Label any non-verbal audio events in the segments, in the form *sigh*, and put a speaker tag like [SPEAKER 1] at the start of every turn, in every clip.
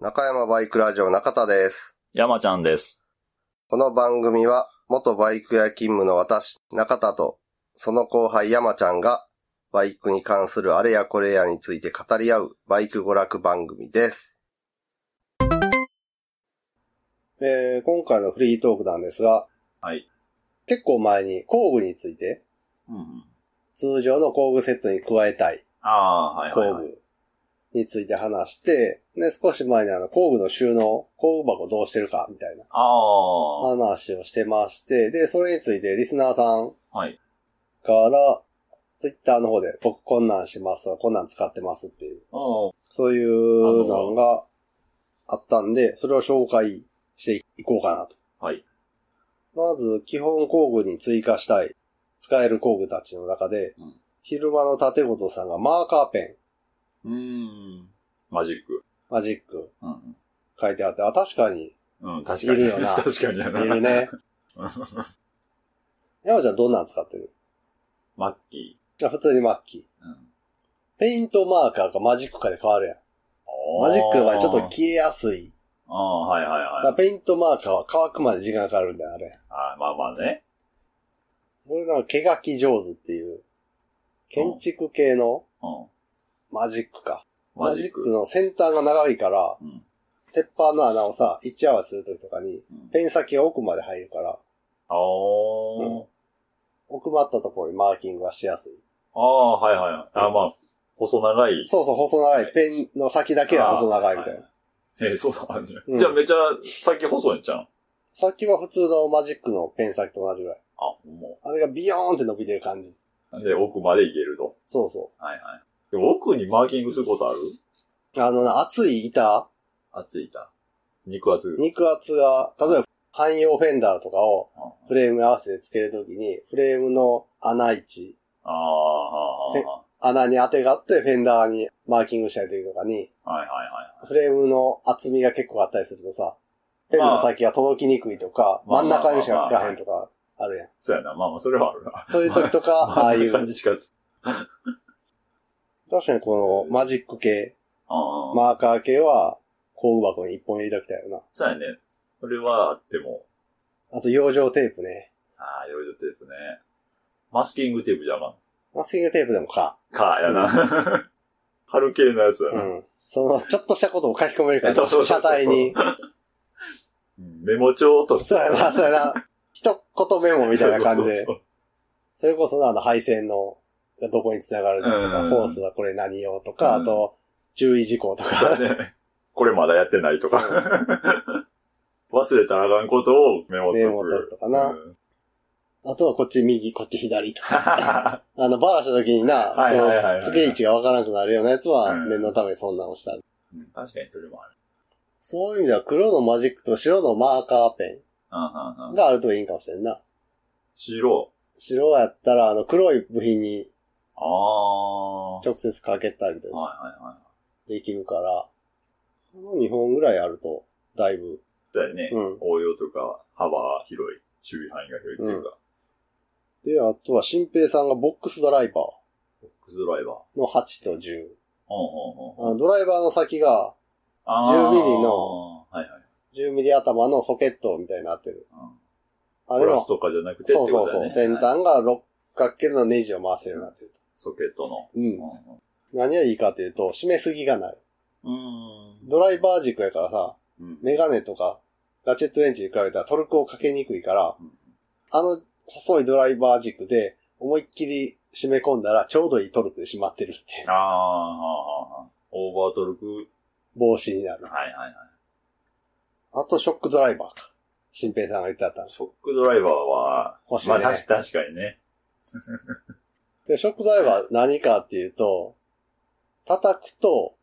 [SPEAKER 1] 中山バイクラジオ中田です。
[SPEAKER 2] 山ちゃんです。
[SPEAKER 1] この番組は、元バイク屋勤務の私、中田と、その後輩山ちゃんが、バイクに関するあれやこれやについて語り合う、バイク娯楽番組です。えー、今回のフリートークなんですが、
[SPEAKER 2] はい。
[SPEAKER 1] 結構前に工具について、
[SPEAKER 2] うんうん。
[SPEAKER 1] 通常の工具セットに加えたい
[SPEAKER 2] ああ、はいはい、
[SPEAKER 1] 工
[SPEAKER 2] はい。
[SPEAKER 1] 具について話して、で、少し前にあの工具の収納、工具箱どうしてるか、みたいな
[SPEAKER 2] ああ、
[SPEAKER 1] 話をしてまして、で、それについてリスナーさん
[SPEAKER 2] はい。
[SPEAKER 1] から、ツイッターの方で、僕こんなんしますとか、こんなん使ってますっていう、
[SPEAKER 2] あー
[SPEAKER 1] そういうのがあったんで、それを紹介していこうかなと。
[SPEAKER 2] はい。
[SPEAKER 1] まず、基本工具に追加したい、使える工具たちの中で、
[SPEAKER 2] うん
[SPEAKER 1] 昼間の盾ごとさんがマーカーペン、
[SPEAKER 2] うーん。マジック。
[SPEAKER 1] マジック
[SPEAKER 2] うん
[SPEAKER 1] 書いてあって、あ、確かに、
[SPEAKER 2] うん。うん、確か
[SPEAKER 1] い
[SPEAKER 2] に。
[SPEAKER 1] るよな
[SPEAKER 2] *laughs* 確かにや
[SPEAKER 1] いる
[SPEAKER 2] な。 *laughs*
[SPEAKER 1] ね。山ちゃんどんなん使ってる
[SPEAKER 2] マッキ
[SPEAKER 1] あ普通にマッキー。
[SPEAKER 2] ー。うん。
[SPEAKER 1] ペイントマーカーかマジックかで変わるやん。マジックの場合ちょっと消えやすい。
[SPEAKER 2] ああ、はいはい
[SPEAKER 1] だから
[SPEAKER 2] はい。
[SPEAKER 1] ペイントマーカーは乾くまで時間かかるんだよ、あれ。
[SPEAKER 2] あーまあまあね。
[SPEAKER 1] 俺なんか毛書き上手っていう、建築系の
[SPEAKER 2] うん。
[SPEAKER 1] マジックか。
[SPEAKER 2] マ
[SPEAKER 1] マ
[SPEAKER 2] ジ
[SPEAKER 1] ジ
[SPEAKER 2] ッ
[SPEAKER 1] ッ
[SPEAKER 2] ク。
[SPEAKER 1] クの先端が長いから、
[SPEAKER 2] うん。
[SPEAKER 1] 鉄板の穴をさ、位置合わせするときとかに、
[SPEAKER 2] うん
[SPEAKER 1] ペン先が奥まで入るから、
[SPEAKER 2] あー
[SPEAKER 1] 奥まったところにマーキングがしやすい。
[SPEAKER 2] ああ、はいはいはい。あーまあ、細長い。
[SPEAKER 1] そうそう、細長い。ペンの先だけが細長いみたい
[SPEAKER 2] あー
[SPEAKER 1] な。
[SPEAKER 2] えーそうだ、ね
[SPEAKER 1] うん
[SPEAKER 2] じゃあめちゃ先細いんちゃうん
[SPEAKER 1] 先は普通のマジックのペン先と同じぐらい。
[SPEAKER 2] あ、も
[SPEAKER 1] あれがビヨーンって伸びてる感じ。
[SPEAKER 2] う。で、奥までいけると。
[SPEAKER 1] そうそ
[SPEAKER 2] はいはい。でも奥にマーキングすることある
[SPEAKER 1] う。あのな、厚い板
[SPEAKER 2] 熱い板。肉厚。
[SPEAKER 1] 肉厚が、例えば汎用フェンダーとかを
[SPEAKER 2] あ
[SPEAKER 1] フレーム合わせてつけるときに、フレームの穴位置、
[SPEAKER 2] ああー、
[SPEAKER 1] 穴に当てがあってフェンダーにマーキングしたりときとかに、
[SPEAKER 2] はいはいは
[SPEAKER 1] フレームの厚みが結構あったりするとさ、ペンの先が届きにくいとか、
[SPEAKER 2] まあ
[SPEAKER 1] 真ん中にしかつかへんとかあるやん。
[SPEAKER 2] い。そうやな。まあまあ、それはあるな。
[SPEAKER 1] そういうときと
[SPEAKER 2] *laughs*
[SPEAKER 1] か、ああ
[SPEAKER 2] あん
[SPEAKER 1] い
[SPEAKER 2] な感
[SPEAKER 1] う、
[SPEAKER 2] じしか。
[SPEAKER 1] 確かにこのマジック系、
[SPEAKER 2] ああ、まあ、
[SPEAKER 1] マーカー系は工具箱に一本入れときたいよ
[SPEAKER 2] そうやね。それはあっても、
[SPEAKER 1] な。あと養生テープね。
[SPEAKER 2] ああ、養生テープね。マスキングテープじゃな。
[SPEAKER 1] マスキングテープでもか。
[SPEAKER 2] か、やな。 *laughs* 春系のやつや
[SPEAKER 1] う
[SPEAKER 2] な。
[SPEAKER 1] ん。その、ちょっとしたことを書き込めるから、
[SPEAKER 2] そうそうそうそ
[SPEAKER 1] 車
[SPEAKER 2] う
[SPEAKER 1] 体に。
[SPEAKER 2] うんメモ帳として
[SPEAKER 1] そう。やな、そうやな。一言メモみたいな感じ
[SPEAKER 2] そう
[SPEAKER 1] で。
[SPEAKER 2] そう
[SPEAKER 1] それこそあの配線の、どこに繋がるのとか、
[SPEAKER 2] うん
[SPEAKER 1] コースはこれ何用とか、
[SPEAKER 2] うん
[SPEAKER 1] あと、注意事項と
[SPEAKER 2] そう
[SPEAKER 1] か。
[SPEAKER 2] そうやね。これまだやってないとか。忘れたらあかんことをメモっとく。
[SPEAKER 1] メモっとくとかな
[SPEAKER 2] うん
[SPEAKER 1] *laughs*
[SPEAKER 2] *laughs*
[SPEAKER 1] あとはこっち右、こっち左とか。
[SPEAKER 2] あ
[SPEAKER 1] あの、バラした時にな、
[SPEAKER 2] はいはいはいはい
[SPEAKER 1] その付け位置がわからなくなるようなやつは、
[SPEAKER 2] うん
[SPEAKER 1] 念のためそんなのしたり。
[SPEAKER 2] うん確かにそれもある。
[SPEAKER 1] そういう意味では黒のマジックと白のマーカーペ
[SPEAKER 2] うんうんう
[SPEAKER 1] ン
[SPEAKER 2] ん
[SPEAKER 1] があるといいんかもしれんな。
[SPEAKER 2] 白。
[SPEAKER 1] 白やったら、あの、黒い部品に
[SPEAKER 2] ああ。はい
[SPEAKER 1] 直接かけたりとか
[SPEAKER 2] はいはい。
[SPEAKER 1] できるから、この2本ぐらいあると、だいぶ
[SPEAKER 2] だよね。
[SPEAKER 1] うん
[SPEAKER 2] 応用とか幅が広い、守備範囲が広いっていうか、
[SPEAKER 1] で、あとは、新平さんがボックスドライバ
[SPEAKER 2] ボックスドライバー。
[SPEAKER 1] ーの8と10。
[SPEAKER 2] うんうんうん。
[SPEAKER 1] あのドライバーの先が
[SPEAKER 2] あー
[SPEAKER 1] 10ミリの、
[SPEAKER 2] はいはい。
[SPEAKER 1] 10ミリ頭のソケットみたいになってる。
[SPEAKER 2] うん
[SPEAKER 1] あ
[SPEAKER 2] プ
[SPEAKER 1] れ
[SPEAKER 2] ラ
[SPEAKER 1] の、
[SPEAKER 2] ス
[SPEAKER 1] そう
[SPEAKER 2] とかじゃなくてって
[SPEAKER 1] そ
[SPEAKER 2] こ
[SPEAKER 1] う
[SPEAKER 2] とだ
[SPEAKER 1] そ
[SPEAKER 2] よ
[SPEAKER 1] う、
[SPEAKER 2] ね。
[SPEAKER 1] 先
[SPEAKER 2] はい
[SPEAKER 1] 端が六角形のネジを回せるようになってる。
[SPEAKER 2] ソケットの。
[SPEAKER 1] う。
[SPEAKER 2] うんん
[SPEAKER 1] 何がいいかというと、締めすぎがない。
[SPEAKER 2] うん。うん。
[SPEAKER 1] ドライバー軸やからさ、
[SPEAKER 2] うん。
[SPEAKER 1] メガネとか、ガチェットレンチに比べたらトルクをかけにくいから
[SPEAKER 2] うん、
[SPEAKER 1] あの細いドライバー軸で思いっきり締め込んだらちょうどいいトルクで締まってるっていう
[SPEAKER 2] あーあー、あーあーオーバートルク。
[SPEAKER 1] 帽子になる。
[SPEAKER 2] はいはいは
[SPEAKER 1] あと、ショックドライバーか。新平さんが言ってあったの
[SPEAKER 2] い。。ショックドライバーは、
[SPEAKER 1] 欲しい
[SPEAKER 2] ま
[SPEAKER 1] ね
[SPEAKER 2] あ確か確かにね。
[SPEAKER 1] でショックドライバー何かっていうと、叩くと、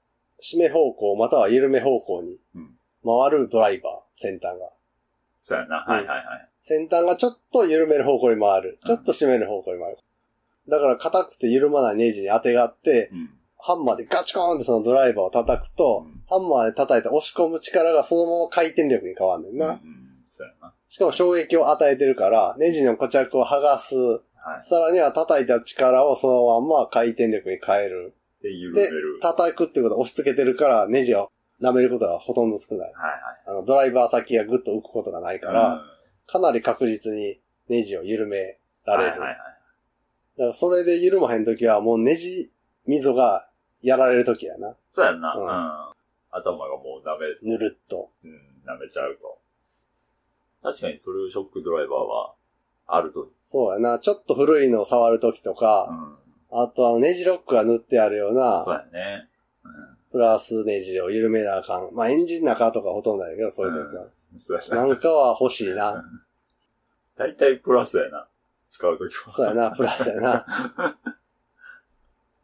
[SPEAKER 1] 締め方向または緩め方向に
[SPEAKER 2] うん
[SPEAKER 1] 回るドライバー、先端が。
[SPEAKER 2] そうやな。
[SPEAKER 1] うん
[SPEAKER 2] はいはいはい。
[SPEAKER 1] 先端がちょっと緩める方向に回る。
[SPEAKER 2] うん
[SPEAKER 1] ちょっと締める方向に回る。だから硬くて緩まないネジに当てがあって、
[SPEAKER 2] うん。
[SPEAKER 1] ハンマーでガチコーンってそのドライバーを叩くと
[SPEAKER 2] うん、
[SPEAKER 1] ハンマーで叩いて押し込む力がそのまま回転力に変わんねん
[SPEAKER 2] うんう
[SPEAKER 1] な。
[SPEAKER 2] ん。そうやな。
[SPEAKER 1] しかも衝撃を与えてるから、ネジの固着を剥がす
[SPEAKER 2] はい。
[SPEAKER 1] さらには叩いた力をそのまんま回転力に変える。
[SPEAKER 2] で、緩め
[SPEAKER 1] で
[SPEAKER 2] る、。
[SPEAKER 1] 叩くってことは押し付けてるからネジを舐めることがほとんど少ない。
[SPEAKER 2] はい
[SPEAKER 1] あの、ドライバー先がぐっと浮くことがないか
[SPEAKER 2] はい。
[SPEAKER 1] ら、かなり確実にネジを緩めら
[SPEAKER 2] うん、
[SPEAKER 1] れ
[SPEAKER 2] はい
[SPEAKER 1] る。
[SPEAKER 2] はいはい。
[SPEAKER 1] だからそれで緩まへんときはもうネジ溝がやられるときやな。
[SPEAKER 2] そうやんな。
[SPEAKER 1] う
[SPEAKER 2] うんん。頭がもう舐め、
[SPEAKER 1] ぬるっと。
[SPEAKER 2] うん、舐めちゃうと。確かにそれをショックドライバーは、あると。
[SPEAKER 1] そうやな。ちょっと古いのを触るときと
[SPEAKER 2] う
[SPEAKER 1] か、
[SPEAKER 2] ん。
[SPEAKER 1] あとはネジロックが塗ってあるような
[SPEAKER 2] そ、うやね。う
[SPEAKER 1] プラスネジを緩めなあかん。まあエンジン中とかほとんどだけど、そういうときは。
[SPEAKER 2] ん。そうや
[SPEAKER 1] な
[SPEAKER 2] な。
[SPEAKER 1] んかは欲しいな。
[SPEAKER 2] 大体プラスやな。使うときは。
[SPEAKER 1] そうやな、プラスやな。だか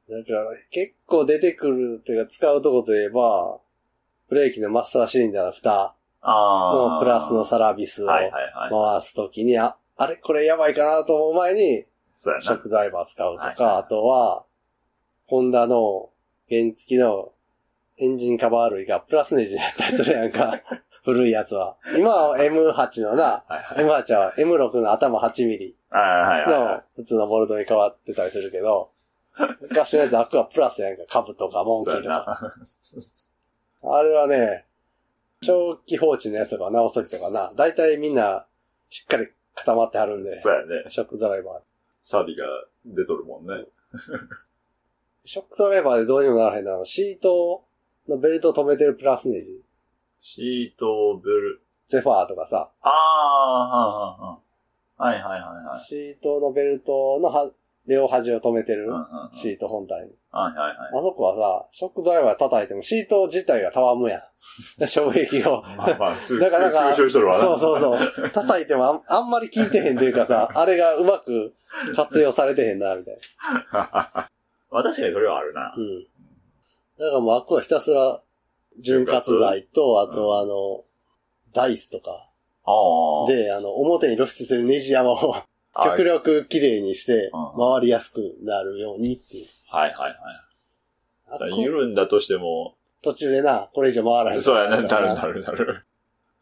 [SPEAKER 1] ら、結構出てくるっていうか、使うとこといえば、ブレーキのマスターシリンダーの蓋
[SPEAKER 2] あ
[SPEAKER 1] の
[SPEAKER 2] *laughs* あ。
[SPEAKER 1] プラスのサラビスを
[SPEAKER 2] はい
[SPEAKER 1] 回
[SPEAKER 2] はいはい。
[SPEAKER 1] すときに、あ、あれこれやばいかなと思う前に、
[SPEAKER 2] そうや
[SPEAKER 1] ショッ
[SPEAKER 2] な。
[SPEAKER 1] クドライバー使うと
[SPEAKER 2] はいはい
[SPEAKER 1] か、あとは、ホンダの原付きのエンジンカバー類がプラスネジになったりするやん
[SPEAKER 2] *laughs*
[SPEAKER 1] か。古いやつは。今は M8 のな、
[SPEAKER 2] はいはい。
[SPEAKER 1] M8 は M6 の頭8ミリ。
[SPEAKER 2] はいはいはいは
[SPEAKER 1] の
[SPEAKER 2] い。
[SPEAKER 1] 普通のボルトに変わってたりするけど、昔のやつアクアプラスやんか、カブとかモンキ
[SPEAKER 2] そう
[SPEAKER 1] ー
[SPEAKER 2] や
[SPEAKER 1] とか。
[SPEAKER 2] な。
[SPEAKER 1] あれはね、長期放置のやつとか直すときとかな、だいたいみんなしっかり固まってはる *laughs* ん
[SPEAKER 2] *laughs*
[SPEAKER 1] で、
[SPEAKER 2] そうやね。
[SPEAKER 1] ショックドライバー。
[SPEAKER 2] サビが出とるもんね。
[SPEAKER 1] ショックドライバーでどうにもならへんのはあの、シートのベルトを止めてるプラスネジ、
[SPEAKER 2] シートベル。
[SPEAKER 1] ゼファーとかさ、
[SPEAKER 2] ああ、はいはいはい。はいはいはい。
[SPEAKER 1] シートのベルトのは両端を止めて
[SPEAKER 2] う
[SPEAKER 1] る
[SPEAKER 2] んうんうん。はい
[SPEAKER 1] シート本体に。
[SPEAKER 2] はいはい。
[SPEAKER 1] あそこはさ、ショックドライバー叩いてもシート自体がたわむや
[SPEAKER 2] *laughs*
[SPEAKER 1] ん。衝撃を。
[SPEAKER 2] まあまあ、すぐ
[SPEAKER 1] *laughs* なかな
[SPEAKER 2] *laughs*
[SPEAKER 1] か
[SPEAKER 2] 吸収しとるわな。
[SPEAKER 1] そう
[SPEAKER 2] *laughs*
[SPEAKER 1] そうそう。叩いてもあんあんまり効いてへんというかさ、あれがうまく活用されてへんな、みたいな。
[SPEAKER 2] まあ確かにそれはあるな
[SPEAKER 1] う。ん。だからもうあっこはひたすら、潤滑剤と、あとあの、ダイスとか、
[SPEAKER 2] ああ。
[SPEAKER 1] で、あの、表に露出するネジ山を
[SPEAKER 2] はい
[SPEAKER 1] 極力綺麗にして
[SPEAKER 2] う、ん
[SPEAKER 1] 回りやすくなるようにっていう。
[SPEAKER 2] はいはいはい。
[SPEAKER 1] あ
[SPEAKER 2] だ
[SPEAKER 1] っ
[SPEAKER 2] から
[SPEAKER 1] こ
[SPEAKER 2] 緩んだとしても、
[SPEAKER 1] 途中でな、これ以上回らへん。
[SPEAKER 2] そうやね、なるなるなる。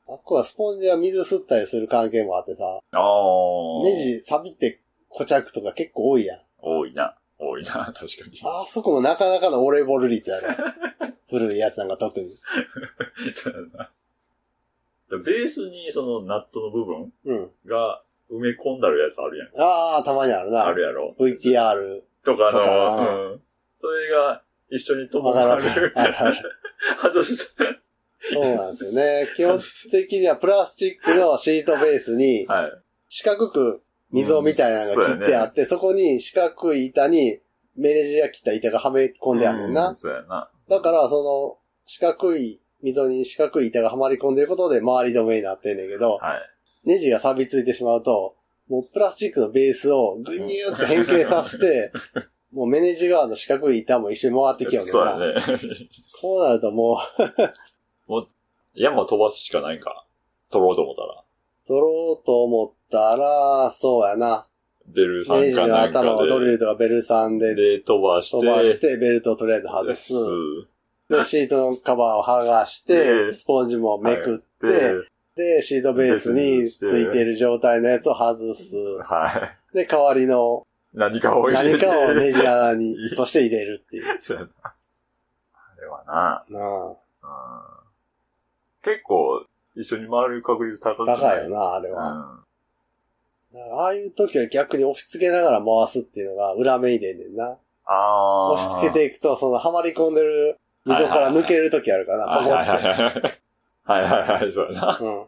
[SPEAKER 1] あっこはスポンジは水吸ったりする関係もあってさ、
[SPEAKER 2] ああ。
[SPEAKER 1] ネジ錆びて固着とか結構多いやん。
[SPEAKER 2] 多いな。多いな、 *laughs* 確かに。
[SPEAKER 1] あそこもなかなかのオレボル率や
[SPEAKER 2] *laughs*
[SPEAKER 1] ね。古いやつなんか特に。
[SPEAKER 2] そうやなベースにそのナットの部分
[SPEAKER 1] うん。
[SPEAKER 2] が埋め込んだるやつあるやん。
[SPEAKER 1] ああ、たまにあるな。
[SPEAKER 2] あるやろ。
[SPEAKER 1] VTR。
[SPEAKER 2] とか
[SPEAKER 1] とか
[SPEAKER 2] の、うん。それが一緒にとも
[SPEAKER 1] わ
[SPEAKER 2] な *laughs*
[SPEAKER 1] かる
[SPEAKER 2] る
[SPEAKER 1] わかるあるあ。
[SPEAKER 2] 外す。
[SPEAKER 1] そうなんですよね。基本的にはプラスチックのシートベースに
[SPEAKER 2] はい。
[SPEAKER 1] 四角く溝みたいなのが切ってあって、そこに四角い板にメネジが切った板がはめ込んであるねんな。
[SPEAKER 2] うそうやな。
[SPEAKER 1] だから、その四角い溝に四角い板がはまり込んでることで回り止めになってんねんけど、
[SPEAKER 2] はい。
[SPEAKER 1] ネジが錆びついてしまうと、もうプラスチックのベースをぐにゅーって変形させ
[SPEAKER 2] *laughs*
[SPEAKER 1] て、もうメネジ側の四角い板も一緒に回ってきようけ
[SPEAKER 2] そ
[SPEAKER 1] ど
[SPEAKER 2] う
[SPEAKER 1] な。
[SPEAKER 2] やね。 *laughs*
[SPEAKER 1] こうなるとも
[SPEAKER 2] 山を飛ばすしかないんか。取ろうと思ったら。
[SPEAKER 1] う、取ろうと思ったら、そうやな。
[SPEAKER 2] ベルさ
[SPEAKER 1] ネ
[SPEAKER 2] ん
[SPEAKER 1] ジ
[SPEAKER 2] か
[SPEAKER 1] の
[SPEAKER 2] なん
[SPEAKER 1] 頭をド
[SPEAKER 2] か
[SPEAKER 1] リルとかベルさん
[SPEAKER 2] で。
[SPEAKER 1] で
[SPEAKER 2] で、飛ばして。
[SPEAKER 1] 飛ばして、ベルトをとりあえず外す。で、シートのカバーを剥がして、
[SPEAKER 2] で
[SPEAKER 1] スポンジもめくって、
[SPEAKER 2] で、
[SPEAKER 1] で、シートベースについている状態のやつを外す。
[SPEAKER 2] はい。
[SPEAKER 1] で、代わりの
[SPEAKER 2] 何かを入れ
[SPEAKER 1] 何
[SPEAKER 2] て。
[SPEAKER 1] かをネジ穴に、として入れるっていう。
[SPEAKER 2] *laughs* そうやな。あれはな、
[SPEAKER 1] なあ
[SPEAKER 2] うん結構、一緒に回る確率高くない
[SPEAKER 1] 高いよな、あれ
[SPEAKER 2] う
[SPEAKER 1] は。
[SPEAKER 2] ん。
[SPEAKER 1] だからああいう時は逆に押し付けながら回すっていうのが裏目に出んねんな。
[SPEAKER 2] あー。
[SPEAKER 1] 押し付けていくと、そのはまり込んでる溝から抜ける時あるかな、
[SPEAKER 2] はいはい
[SPEAKER 1] ポコ
[SPEAKER 2] はいはい。はいはいはい、そうやな
[SPEAKER 1] ッ。て。うん。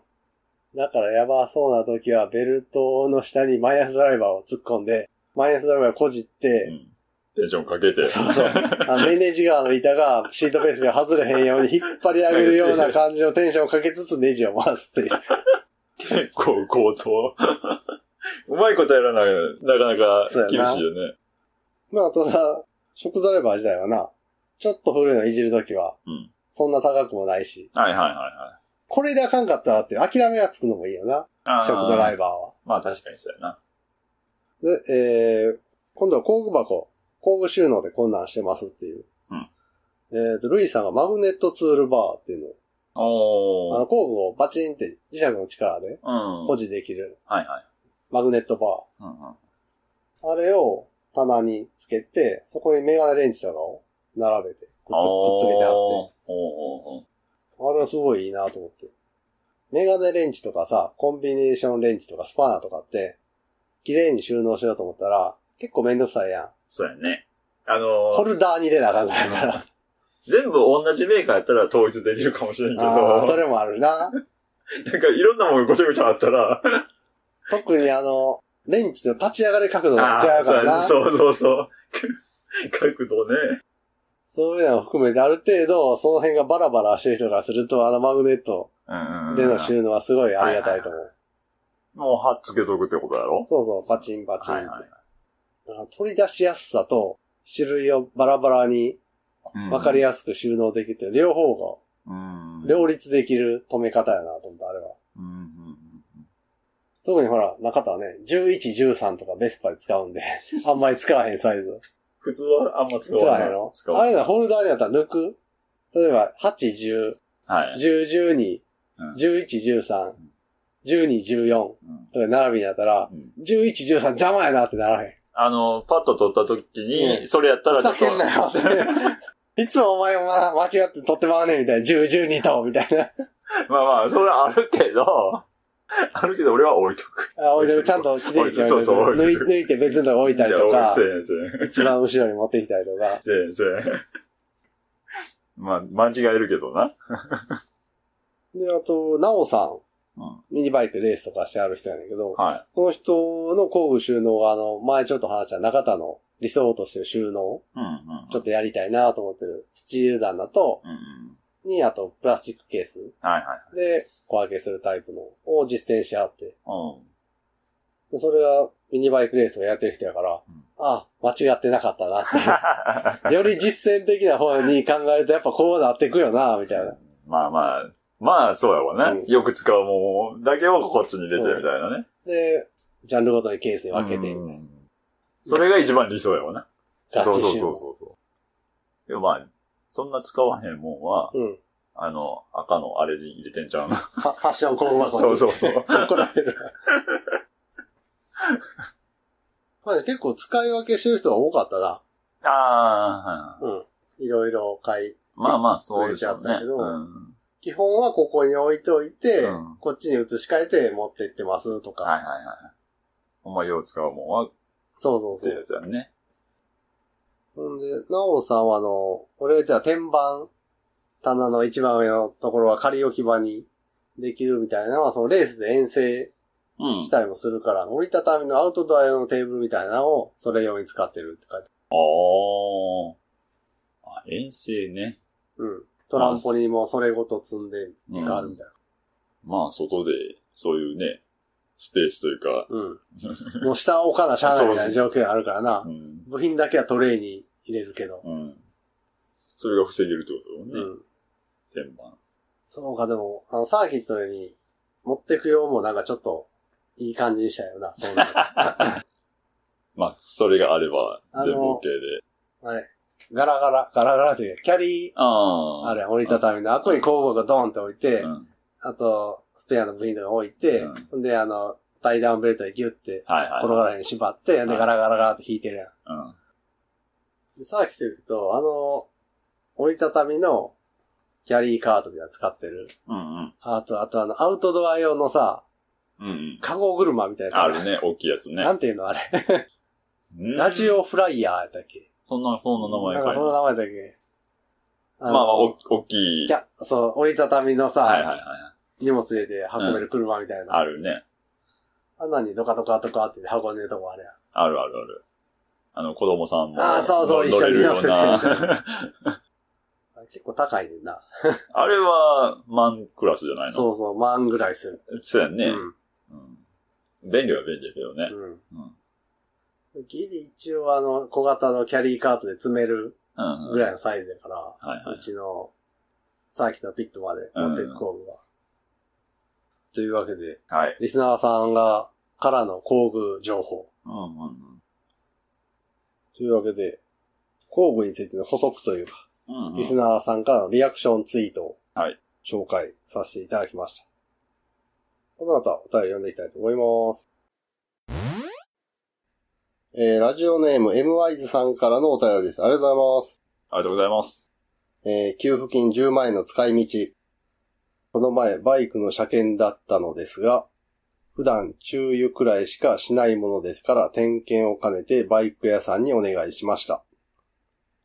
[SPEAKER 1] だからやばそうな時は、ベルトの下にマイナスドライバーを突っ込んで、マイナスドライバーをこじっ
[SPEAKER 2] う
[SPEAKER 1] て、
[SPEAKER 2] んテンションかけて。
[SPEAKER 1] そう
[SPEAKER 2] *laughs*
[SPEAKER 1] そう。あのメネジ側の板がシートベースが外れへんように引っ張り上げるような感じのテンションをかけつつネジを回すっていう。
[SPEAKER 2] 結構高騰。 *laughs* うまいことやらないなかなか
[SPEAKER 1] そうや
[SPEAKER 2] 厳
[SPEAKER 1] な
[SPEAKER 2] しいよね。
[SPEAKER 1] まあ、あとさ、食ドライバー自体はな、ちょっと古いのいじるときは
[SPEAKER 2] うん、
[SPEAKER 1] そんな高くもないし、
[SPEAKER 2] はいはいはいはい
[SPEAKER 1] これであかんかったらっていう諦めがつくのもいいよな、。
[SPEAKER 2] あー
[SPEAKER 1] 食ドライバーは。
[SPEAKER 2] まあ確かにそうやな。
[SPEAKER 1] で、えー、今度は工具箱、工具収納で困難してますっていう。
[SPEAKER 2] うん
[SPEAKER 1] えっ、と、ルイさんがマグネットツールバーっていうの、あ
[SPEAKER 2] お
[SPEAKER 1] の
[SPEAKER 2] ー。
[SPEAKER 1] 工具をバチンって磁石の力で
[SPEAKER 2] うん。
[SPEAKER 1] 保持できる
[SPEAKER 2] はいはい。
[SPEAKER 1] マグネットバ
[SPEAKER 2] うんうん
[SPEAKER 1] ー。あれを棚につけて、そこにメガネレンチとかを並べて、くっつくっつけてあって
[SPEAKER 2] おーおーおー
[SPEAKER 1] あれはすごいいいなと思って。メガネレンチとかさ、コンビネーションレンチとかスパナとかって、綺麗に収納しようと思ったら、結構めんどくさいやん。
[SPEAKER 2] そうやね。あの
[SPEAKER 1] ホ
[SPEAKER 2] ー、
[SPEAKER 1] ルダーに入れなあかんからな。
[SPEAKER 2] 全部同じメーカーやったら統一できるかもしれんけど、
[SPEAKER 1] あーそれもあるな。
[SPEAKER 2] なんかいろんなものがごちゃごちゃあったら、
[SPEAKER 1] 特にあの、レンチの立ち上がり角度が
[SPEAKER 2] あ
[SPEAKER 1] 違
[SPEAKER 2] あ
[SPEAKER 1] うからな。
[SPEAKER 2] ーそうやねそうそうそう。角度ね。
[SPEAKER 1] そういうのを含めて、ある程度、その辺がバラバラしてる人からすると、あのマグネット
[SPEAKER 2] うん
[SPEAKER 1] での収納はすごいありがたいと思う。
[SPEAKER 2] もう貼っつけとくってことだろ
[SPEAKER 1] そうそう、パチンパチンっ
[SPEAKER 2] はい
[SPEAKER 1] て。
[SPEAKER 2] はいは
[SPEAKER 1] だから取り出しやすさと、種類をバラバラに分かり
[SPEAKER 2] や
[SPEAKER 1] やすく収納できて、両方が
[SPEAKER 2] うん。
[SPEAKER 1] 両立できる止め方やなと思った、あれは。
[SPEAKER 2] うんうんうん
[SPEAKER 1] 特にほら、中田はね、11、13とかベスパで使うんで、 *laughs* あんまり使わへんサイズ。
[SPEAKER 2] 普通はあんま使
[SPEAKER 1] 使わ
[SPEAKER 2] わな
[SPEAKER 1] へ
[SPEAKER 2] い。
[SPEAKER 1] んの
[SPEAKER 2] 使わ
[SPEAKER 1] あ
[SPEAKER 2] ない
[SPEAKER 1] れだ、ホルダーにやったら抜く例えば、8、10、
[SPEAKER 2] はい。
[SPEAKER 1] 10、12
[SPEAKER 2] うん、
[SPEAKER 1] 11、13、12、14
[SPEAKER 2] うん
[SPEAKER 1] とか並びにやったら、
[SPEAKER 2] うん
[SPEAKER 1] 11、13邪魔やなってならへん。
[SPEAKER 2] あの、パッと取った時
[SPEAKER 1] う
[SPEAKER 2] に、それやったらちょ
[SPEAKER 1] ふざ
[SPEAKER 2] っ
[SPEAKER 1] け
[SPEAKER 2] と。
[SPEAKER 1] んなよって。
[SPEAKER 2] *laughs*
[SPEAKER 1] いつもお前もな間違って取ってまうねんみたいな。10、12と、みたいな。
[SPEAKER 2] まあまあ、それはあるけど、あるけど俺は置いとく。
[SPEAKER 1] あ、俺でもちゃんと切れちゃう。
[SPEAKER 2] そうそう
[SPEAKER 1] 抜い抜いて別のとこ置いたりとか
[SPEAKER 2] せ、んせん。
[SPEAKER 1] 一番後ろに持ってきたりとか。
[SPEAKER 2] せんせん。まあ、間違えるけどな。
[SPEAKER 1] で、あと、なおさん。
[SPEAKER 2] うん
[SPEAKER 1] ミニバイクレースとかしてある人やねんけど、
[SPEAKER 2] は
[SPEAKER 1] この人の工具収納が、あの、前ちょっと話した中田の理想としてる収納、
[SPEAKER 2] い。うんうん。
[SPEAKER 1] ちょっとやりたいなと思ってるスチール棚と、
[SPEAKER 2] うんうん。
[SPEAKER 1] に、あとプラスチックケース
[SPEAKER 2] はいはい。
[SPEAKER 1] で小分けするタイプのを実践しあって、
[SPEAKER 2] うん。
[SPEAKER 1] でそれがミニバイクレースをやってる人やから、
[SPEAKER 2] うん
[SPEAKER 1] あ間違ってなかったなっていう。より実践的な方に考えるとやっぱこうなっていくよなみたいな。
[SPEAKER 2] まあまあ、まあそうやわね。
[SPEAKER 1] うん
[SPEAKER 2] よく使うもんだけをこっちに入れてみたいなね。
[SPEAKER 1] で、ジャンルごとにケースに分けて、
[SPEAKER 2] うんそれが一番理想やわな。
[SPEAKER 1] ガ
[SPEAKER 2] そう
[SPEAKER 1] チ
[SPEAKER 2] そう
[SPEAKER 1] 収
[SPEAKER 2] そう
[SPEAKER 1] 納。
[SPEAKER 2] そうそう。でもまあ、そんな使わへんもんは、
[SPEAKER 1] うん。
[SPEAKER 2] あの、赤のあれに入れてんちゃうの。
[SPEAKER 1] ファファッション工具箱に。
[SPEAKER 2] そうそうそう。
[SPEAKER 1] 怒られる。まあね結構使い分けしてる人が多かったな。
[SPEAKER 2] ああ、は
[SPEAKER 1] うん。
[SPEAKER 2] い
[SPEAKER 1] いろいろ買い。
[SPEAKER 2] まあまあ、そうでしょう
[SPEAKER 1] 増えちゃった
[SPEAKER 2] ね。
[SPEAKER 1] けど
[SPEAKER 2] うん
[SPEAKER 1] 基本はここに置いといて、
[SPEAKER 2] うん
[SPEAKER 1] こっちに移し替えて持ってってますとか。
[SPEAKER 2] はいはいはい。ほんまよう使うもんは、っ
[SPEAKER 1] そうそう
[SPEAKER 2] て
[SPEAKER 1] そ
[SPEAKER 2] や
[SPEAKER 1] う。
[SPEAKER 2] つやんね。
[SPEAKER 1] ほんで、なおさんはあの、俺が言ってた天板、棚の一番上のところは仮置き場にできるみたいなのは、そのレースで遠征
[SPEAKER 2] うん
[SPEAKER 1] し。たりもするから、折りたたみのアウトドア用のテーブルみたいなのをそれ用に使ってるって書いて
[SPEAKER 2] おー。あ、遠征ね。
[SPEAKER 1] ある。うん。トランポリンもそれごと積んで、があるみたいな。
[SPEAKER 2] まあ、外で、そういうね、スペースというか、
[SPEAKER 1] うん。もう下は置かなしゃあない
[SPEAKER 2] *laughs*
[SPEAKER 1] みたいな状況あるからな
[SPEAKER 2] う。ん。
[SPEAKER 1] 部品だけはトレイに入れるけど。
[SPEAKER 2] うん。それが防げるってことだ
[SPEAKER 1] う
[SPEAKER 2] もんね。
[SPEAKER 1] ん。
[SPEAKER 2] 天板。
[SPEAKER 1] そうか、でも、あの、サーキットに持ってく用もなんかちょっと、いい感じにしたよな、そうなると
[SPEAKER 2] まあ、それがあれば
[SPEAKER 1] あ、の
[SPEAKER 2] 全部 OK で。 *laughs*
[SPEAKER 1] あれ。ガラガラ、ガラガラというか、キャリー、
[SPEAKER 2] ああ。
[SPEAKER 1] あれ、折りたたみの、あっこに工具がドーンって置いて
[SPEAKER 2] う、ん。
[SPEAKER 1] あと、スペアの部品とか置いて
[SPEAKER 2] うん、
[SPEAKER 1] ほんで、あの、ダイダウンベルトでギュって、
[SPEAKER 2] はいはい。
[SPEAKER 1] 転がらへんように縛って、で、
[SPEAKER 2] はい
[SPEAKER 1] ガラガラガラって引いてるやん。
[SPEAKER 2] うん。
[SPEAKER 1] で、さっきと行くと、あの、折りたたみのキャリーカートみたいなの使ってる。
[SPEAKER 2] うんうん。
[SPEAKER 1] あと、あとあの、アウトドア用のさ、
[SPEAKER 2] うんうん。
[SPEAKER 1] カゴ車みたいな。
[SPEAKER 2] ある。
[SPEAKER 1] *laughs*
[SPEAKER 2] ね、大きいやつね。
[SPEAKER 1] なんていうのあれ。 *laughs*
[SPEAKER 2] うん
[SPEAKER 1] ラジオフライヤーやったっけ
[SPEAKER 2] そんな、そんな名前
[SPEAKER 1] なん
[SPEAKER 2] か
[SPEAKER 1] か
[SPEAKER 2] い。
[SPEAKER 1] その
[SPEAKER 2] ま
[SPEAKER 1] 名前だっけあ
[SPEAKER 2] あ
[SPEAKER 1] の
[SPEAKER 2] まあ、お大きい。
[SPEAKER 1] キャ、そう、折りたたみのさ、
[SPEAKER 2] はいはいはい。
[SPEAKER 1] 荷物入れて運べる車みたいな。
[SPEAKER 2] あるね。
[SPEAKER 1] あんなにドカドカドカって運んでるとこあるやん。
[SPEAKER 2] あるあるある。あの、子供さんも。
[SPEAKER 1] あーそうそう
[SPEAKER 2] 乗乗れるような
[SPEAKER 1] 一緒に乗せてみ。あれ結構高いねんな。
[SPEAKER 2] あれは、マンクラスじゃないの
[SPEAKER 1] そうそう、万ぐらいする。
[SPEAKER 2] そうやんね。
[SPEAKER 1] うん。
[SPEAKER 2] うん便利は便利やけどね。
[SPEAKER 1] うん
[SPEAKER 2] うん。
[SPEAKER 1] ギリ一応あの、小型のキャリーカートで詰める
[SPEAKER 2] うん。
[SPEAKER 1] ぐらいのサイズやから、
[SPEAKER 2] はいは
[SPEAKER 1] う
[SPEAKER 2] い。
[SPEAKER 1] ちの、さっきのピットまで持っていく工具は。というわけで、
[SPEAKER 2] はい。
[SPEAKER 1] リスナーさんが、からの工具情報。
[SPEAKER 2] うん
[SPEAKER 1] というわけで、工具についての補足というか、
[SPEAKER 2] うんうん。うんう
[SPEAKER 1] リス
[SPEAKER 2] ん。
[SPEAKER 1] ナーさんからのリアクションツイートを
[SPEAKER 2] はい
[SPEAKER 1] 紹介させていただきました。この後はお便り読んでいきたいと思います。えー、ラジオネーム m y ズさんからのお便りです。ありがとうございます。
[SPEAKER 2] ありがとうございます。
[SPEAKER 1] えー、給付金10万円の使い道。この前バイクの車検だったのですが、普段注油くらいしかしないものですから点検を兼ねてバイク屋さんにお願いしました。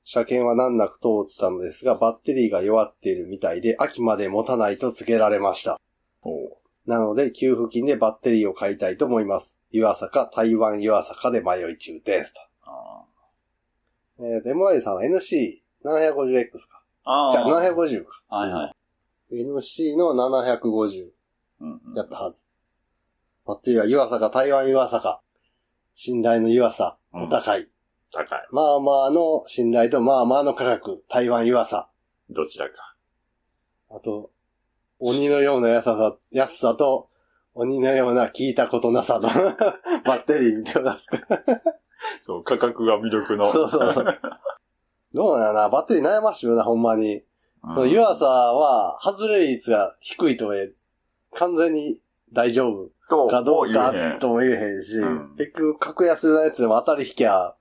[SPEAKER 1] 車検は難なく通ったのですが、バッテリーが弱っているみたいで、秋まで持たないと告げられました。
[SPEAKER 2] おう
[SPEAKER 1] なので、給付金でバッテリーを買いたいと思います。湯浅か、台湾湯浅かで迷い中です。
[SPEAKER 2] あ
[SPEAKER 1] とえーと、MI さんは NC750X か。
[SPEAKER 2] あ。
[SPEAKER 1] じゃあ
[SPEAKER 2] あー
[SPEAKER 1] 750か。
[SPEAKER 2] はいはい。
[SPEAKER 1] NC の750
[SPEAKER 2] うんうん
[SPEAKER 1] やったはず。バッテリーは湯浅か、台湾湯浅か。信頼の湯浅、
[SPEAKER 2] うん
[SPEAKER 1] お高い。
[SPEAKER 2] 高い。
[SPEAKER 1] まあまあの信頼とまあまあの価格、台湾湯浅。
[SPEAKER 2] どちらか。
[SPEAKER 1] あと、鬼のような安さ、安さと、鬼のような聞いたことな *laughs* さのバッテリーみたいな。
[SPEAKER 2] そう、価格が魅力の。
[SPEAKER 1] そうそうそう。 *laughs* どうなのな、バッテリー悩ましいよな、ほんまに。その湯浅は、外れ率が低いとはいえ、完全に大丈夫
[SPEAKER 2] と
[SPEAKER 1] かどうか
[SPEAKER 2] も言えへん
[SPEAKER 1] とも言えへんし、
[SPEAKER 2] うん
[SPEAKER 1] 結局、格安のやつでも当たり引きゃ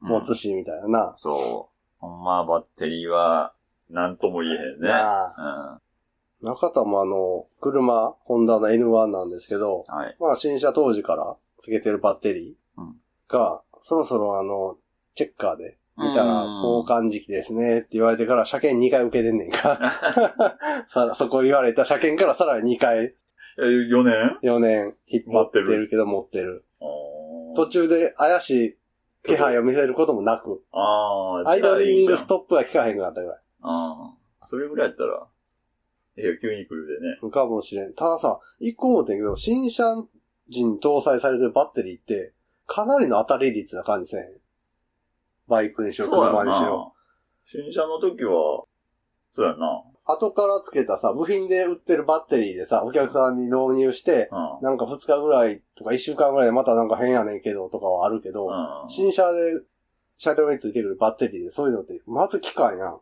[SPEAKER 1] 持
[SPEAKER 2] う
[SPEAKER 1] つ
[SPEAKER 2] ん
[SPEAKER 1] し、みたいなな。
[SPEAKER 2] そう。ほんまバッテリーは、なんとも言えへんね。
[SPEAKER 1] なあ
[SPEAKER 2] うん。は
[SPEAKER 1] 中田もあの、車、ホンダの N1 なんですけど、
[SPEAKER 2] い。
[SPEAKER 1] まあ新車当時からつけてるバッテリ
[SPEAKER 2] うん
[SPEAKER 1] ーが、そろそろあの、チェッカーで見たら
[SPEAKER 2] うん
[SPEAKER 1] 交換時期ですねって言われてから車検2回受けてんねん
[SPEAKER 2] *laughs*
[SPEAKER 1] か。さらそこ言われた車検からさらに2回
[SPEAKER 2] え、4年
[SPEAKER 1] 4年引っ張ってるけど持ってる。途中で怪しい気配を見せることもなく、
[SPEAKER 2] ああ、
[SPEAKER 1] アイドリングス
[SPEAKER 2] ト
[SPEAKER 1] トップが効かへんくなったぐらい。
[SPEAKER 2] ああ。それぐらいやったら、ええよ、急に来るでね。
[SPEAKER 1] かもしれん。たださ、一個思ってんけど、新車時に搭載されてるバッテリーって、かなりの当たり率な感じせんバイクにしろ、車にしろ。
[SPEAKER 2] な。新車の時は、そうやな。
[SPEAKER 1] 後からつけたさ、部品で売ってるバッテリーでさ、お客さんに納入して、
[SPEAKER 2] うん。
[SPEAKER 1] なんか2日ぐらいとか1週間ぐらいでまたなんか変やねんけどとかはあるけど、
[SPEAKER 2] うん
[SPEAKER 1] 新車で車両についてくるバッテリーでそういうのって、まず機械やん。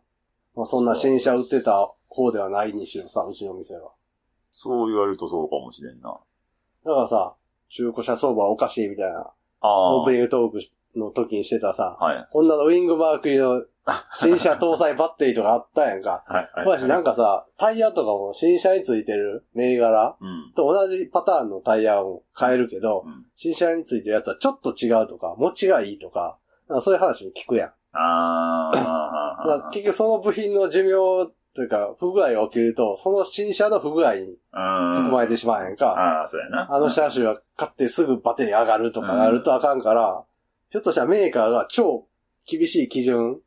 [SPEAKER 1] まあ、そんな新車売ってた方ではないにしろさ、うちの店は。
[SPEAKER 2] そう言われるとそうかもしれんな。
[SPEAKER 1] だからさ、中古車相場はおかしいみたいな、
[SPEAKER 2] ああ。
[SPEAKER 1] オープ
[SPEAKER 2] はい。
[SPEAKER 1] ニングトークの時にしてたさ、
[SPEAKER 2] はい
[SPEAKER 1] 女のウィングマーク入り
[SPEAKER 2] *laughs*
[SPEAKER 1] の新車搭載バッテリーとかあったやんか。
[SPEAKER 2] はい。
[SPEAKER 1] まあなんかさ、タイヤとかも新車についてる銘柄
[SPEAKER 2] うん。
[SPEAKER 1] と同じパターンのタイヤを変えるけど、
[SPEAKER 2] うん
[SPEAKER 1] 新車についてるやつはちょっと違うとか、持ちがいいとか、なんかそういう話も聞くやん。
[SPEAKER 2] あ
[SPEAKER 1] だ
[SPEAKER 2] あ。
[SPEAKER 1] から結局その部品の寿命というか、不具合が起きると、その新車の不具合に含
[SPEAKER 2] 含
[SPEAKER 1] まれてしまうやんか。
[SPEAKER 2] ああ、そうやな。
[SPEAKER 1] あの車種は買ってすぐバッテリー上がるとかやるとあかんから、ひょっとしたらメーカーが超厳しい基準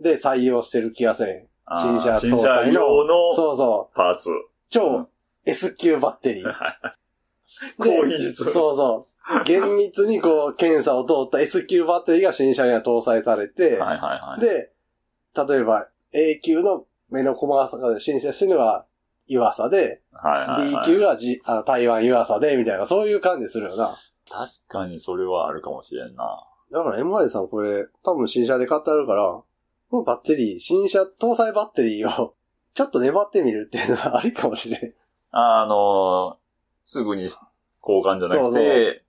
[SPEAKER 1] で採用してる気がせん。
[SPEAKER 2] あ
[SPEAKER 1] 新車
[SPEAKER 2] ー新
[SPEAKER 1] 搭
[SPEAKER 2] 車
[SPEAKER 1] 載の
[SPEAKER 2] 用の
[SPEAKER 1] そうそう。
[SPEAKER 2] パーツ。うん
[SPEAKER 1] 超 S 級バッテリー。
[SPEAKER 2] *laughs* 高
[SPEAKER 1] で
[SPEAKER 2] 品質。
[SPEAKER 1] そうそう。厳密にこう、検査を通った S 級バッテリーが新車には搭載されて、
[SPEAKER 2] はいはいはい。
[SPEAKER 1] で、例えば A 級の目の細かさで新車してるのが湯浅で、
[SPEAKER 2] はいはい
[SPEAKER 1] B
[SPEAKER 2] はい
[SPEAKER 1] 級が、G あの台湾湯浅で、みたいな、そういう感じするよな。
[SPEAKER 2] 確かにそれはあるかもしれんな。
[SPEAKER 1] だから MI さんこれ、多分新車で買ってあるから、このバッテリー、新車搭載バッテリーを、 *laughs* ちょっと粘ってみるっていうのはありかもしれん。
[SPEAKER 2] あのー、すぐに交換じゃなくて、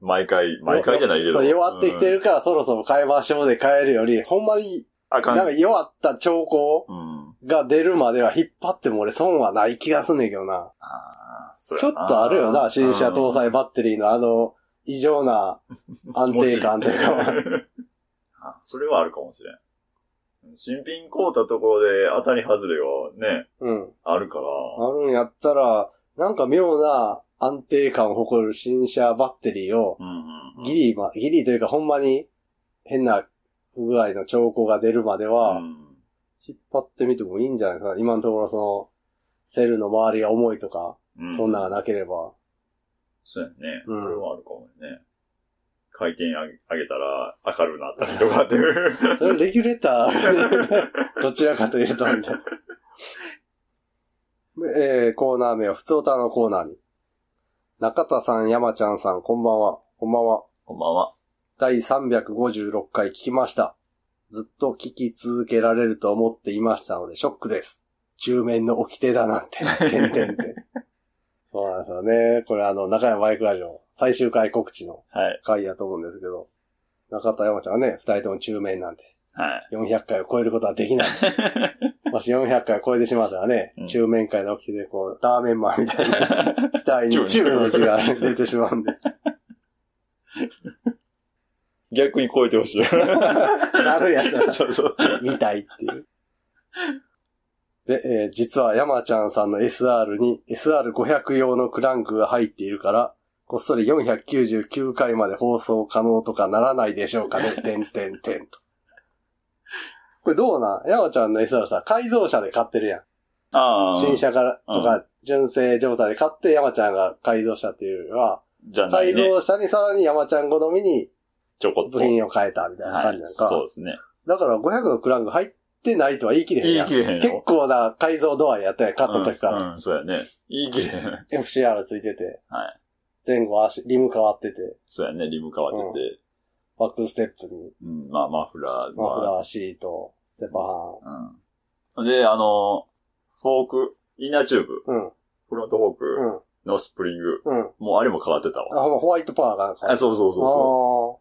[SPEAKER 2] 毎回、毎回じゃないけど。
[SPEAKER 1] そう、弱ってきて
[SPEAKER 2] うん。
[SPEAKER 1] るからそろそろ買いましょうで買えるより、ほんまに、
[SPEAKER 2] あか
[SPEAKER 1] なんか
[SPEAKER 2] ん。
[SPEAKER 1] 弱った兆候
[SPEAKER 2] うん。
[SPEAKER 1] が出るまでは引っ張っても俺損はない気がすんねんけどな。
[SPEAKER 2] あーそう
[SPEAKER 1] ちょ
[SPEAKER 2] や
[SPEAKER 1] っとあるよな、新車搭載バッテリーのあの、異常な安定感というか。
[SPEAKER 2] 持ち *laughs* あそれはあるかもしれん。新品買うたところで当たり外れはね、
[SPEAKER 1] うん。
[SPEAKER 2] あるから。
[SPEAKER 1] あるんやったら、なんか妙な安定感を誇る新車バッテリーを、
[SPEAKER 2] うんうんうん。
[SPEAKER 1] ギリ、ま、ギリというかほんまに変な不具合の兆候が出るまで
[SPEAKER 2] う
[SPEAKER 1] は、
[SPEAKER 2] ん
[SPEAKER 1] 引っ張ってみてもいいんじゃないですか。今のところその、セルの周りが重いとか、
[SPEAKER 2] う
[SPEAKER 1] そんなのがなければ。
[SPEAKER 2] そうやね。
[SPEAKER 1] うん
[SPEAKER 2] これはあるかもね。回転上げ上げたら明るくなったりとかっ
[SPEAKER 1] *laughs*
[SPEAKER 2] ていう。
[SPEAKER 1] それレギュレーター、 *laughs* どちらかというと、みたいな。でえー、コーナー名は、普通歌のコーナーに。中田さん、山ちゃんさん、こんばんは。こんばんは。
[SPEAKER 2] こんばんは。
[SPEAKER 1] 第356回聞きました。ずっと聞き続けられると思っていましたので、ショックです。中面の掟だなんて。てんてんてん。そうなんですよね。これあの、中山バイクラジオ、最終回告知の
[SPEAKER 2] はい。
[SPEAKER 1] 回やと思うんですけど、中田山ちゃんはね、二人とも中面なんて、
[SPEAKER 2] はい。
[SPEAKER 1] 400回を超えることはできない。まもし400回超えてしまったらね、
[SPEAKER 2] うん
[SPEAKER 1] 中面会の起きて、こう、ラーメンマンみたいな期
[SPEAKER 2] *laughs*
[SPEAKER 1] 待に
[SPEAKER 2] 中
[SPEAKER 1] 中の字が出てしま
[SPEAKER 2] *laughs*
[SPEAKER 1] うんで、
[SPEAKER 2] 逆に超えてほ *laughs* しい。
[SPEAKER 1] なるやつ
[SPEAKER 2] そうそう。
[SPEAKER 1] 見たいっていう。で、えー実は山ちゃんさんの SR に SR500 用のクランクが入っているから、こっそり499回まで放送可能とかならないでしょうか
[SPEAKER 2] *laughs*
[SPEAKER 1] ね、てんてんてんと。これどうなん山ちゃんの SR さ、改造車で買ってるやん。
[SPEAKER 2] ああ。
[SPEAKER 1] 新車から、
[SPEAKER 2] うん
[SPEAKER 1] とか、純正状態で買って山ちゃんが改造したっていうよりは、
[SPEAKER 2] じゃな
[SPEAKER 1] 改
[SPEAKER 2] いね。
[SPEAKER 1] 造車にさらに山ちゃん好みに
[SPEAKER 2] ちょこっと。
[SPEAKER 1] 部品を変えたみたいな
[SPEAKER 2] は
[SPEAKER 1] 感
[SPEAKER 2] い
[SPEAKER 1] じなん。か。
[SPEAKER 2] そうですね。
[SPEAKER 1] だから500のクランク入ってないとは言い切れへん
[SPEAKER 2] 言
[SPEAKER 1] や
[SPEAKER 2] い
[SPEAKER 1] ん。
[SPEAKER 2] 切れへんよ。
[SPEAKER 1] 結構な改造度合いやったやん、買
[SPEAKER 2] う
[SPEAKER 1] っ
[SPEAKER 2] ん
[SPEAKER 1] た時から。
[SPEAKER 2] うん、そうやね。言い切れへん。
[SPEAKER 1] FCR ついてて。
[SPEAKER 2] は
[SPEAKER 1] 前後足、リム変わってて、
[SPEAKER 2] そうやね。リム変わってて。
[SPEAKER 1] バックステップに、
[SPEAKER 2] うん、まあ、マフラー
[SPEAKER 1] マフ
[SPEAKER 2] は。
[SPEAKER 1] ラー、シート、セパハ
[SPEAKER 2] うん。で、あの、フォーク、インナーチューブ、
[SPEAKER 1] ン。うん、
[SPEAKER 2] フロントフォー
[SPEAKER 1] う
[SPEAKER 2] ク
[SPEAKER 1] ん、
[SPEAKER 2] のスプリング。
[SPEAKER 1] うん。
[SPEAKER 2] もうあれも変わってた
[SPEAKER 1] あ、
[SPEAKER 2] わ。
[SPEAKER 1] ほんまホワイトパワーがなんか。
[SPEAKER 2] あ、そうそうそうそ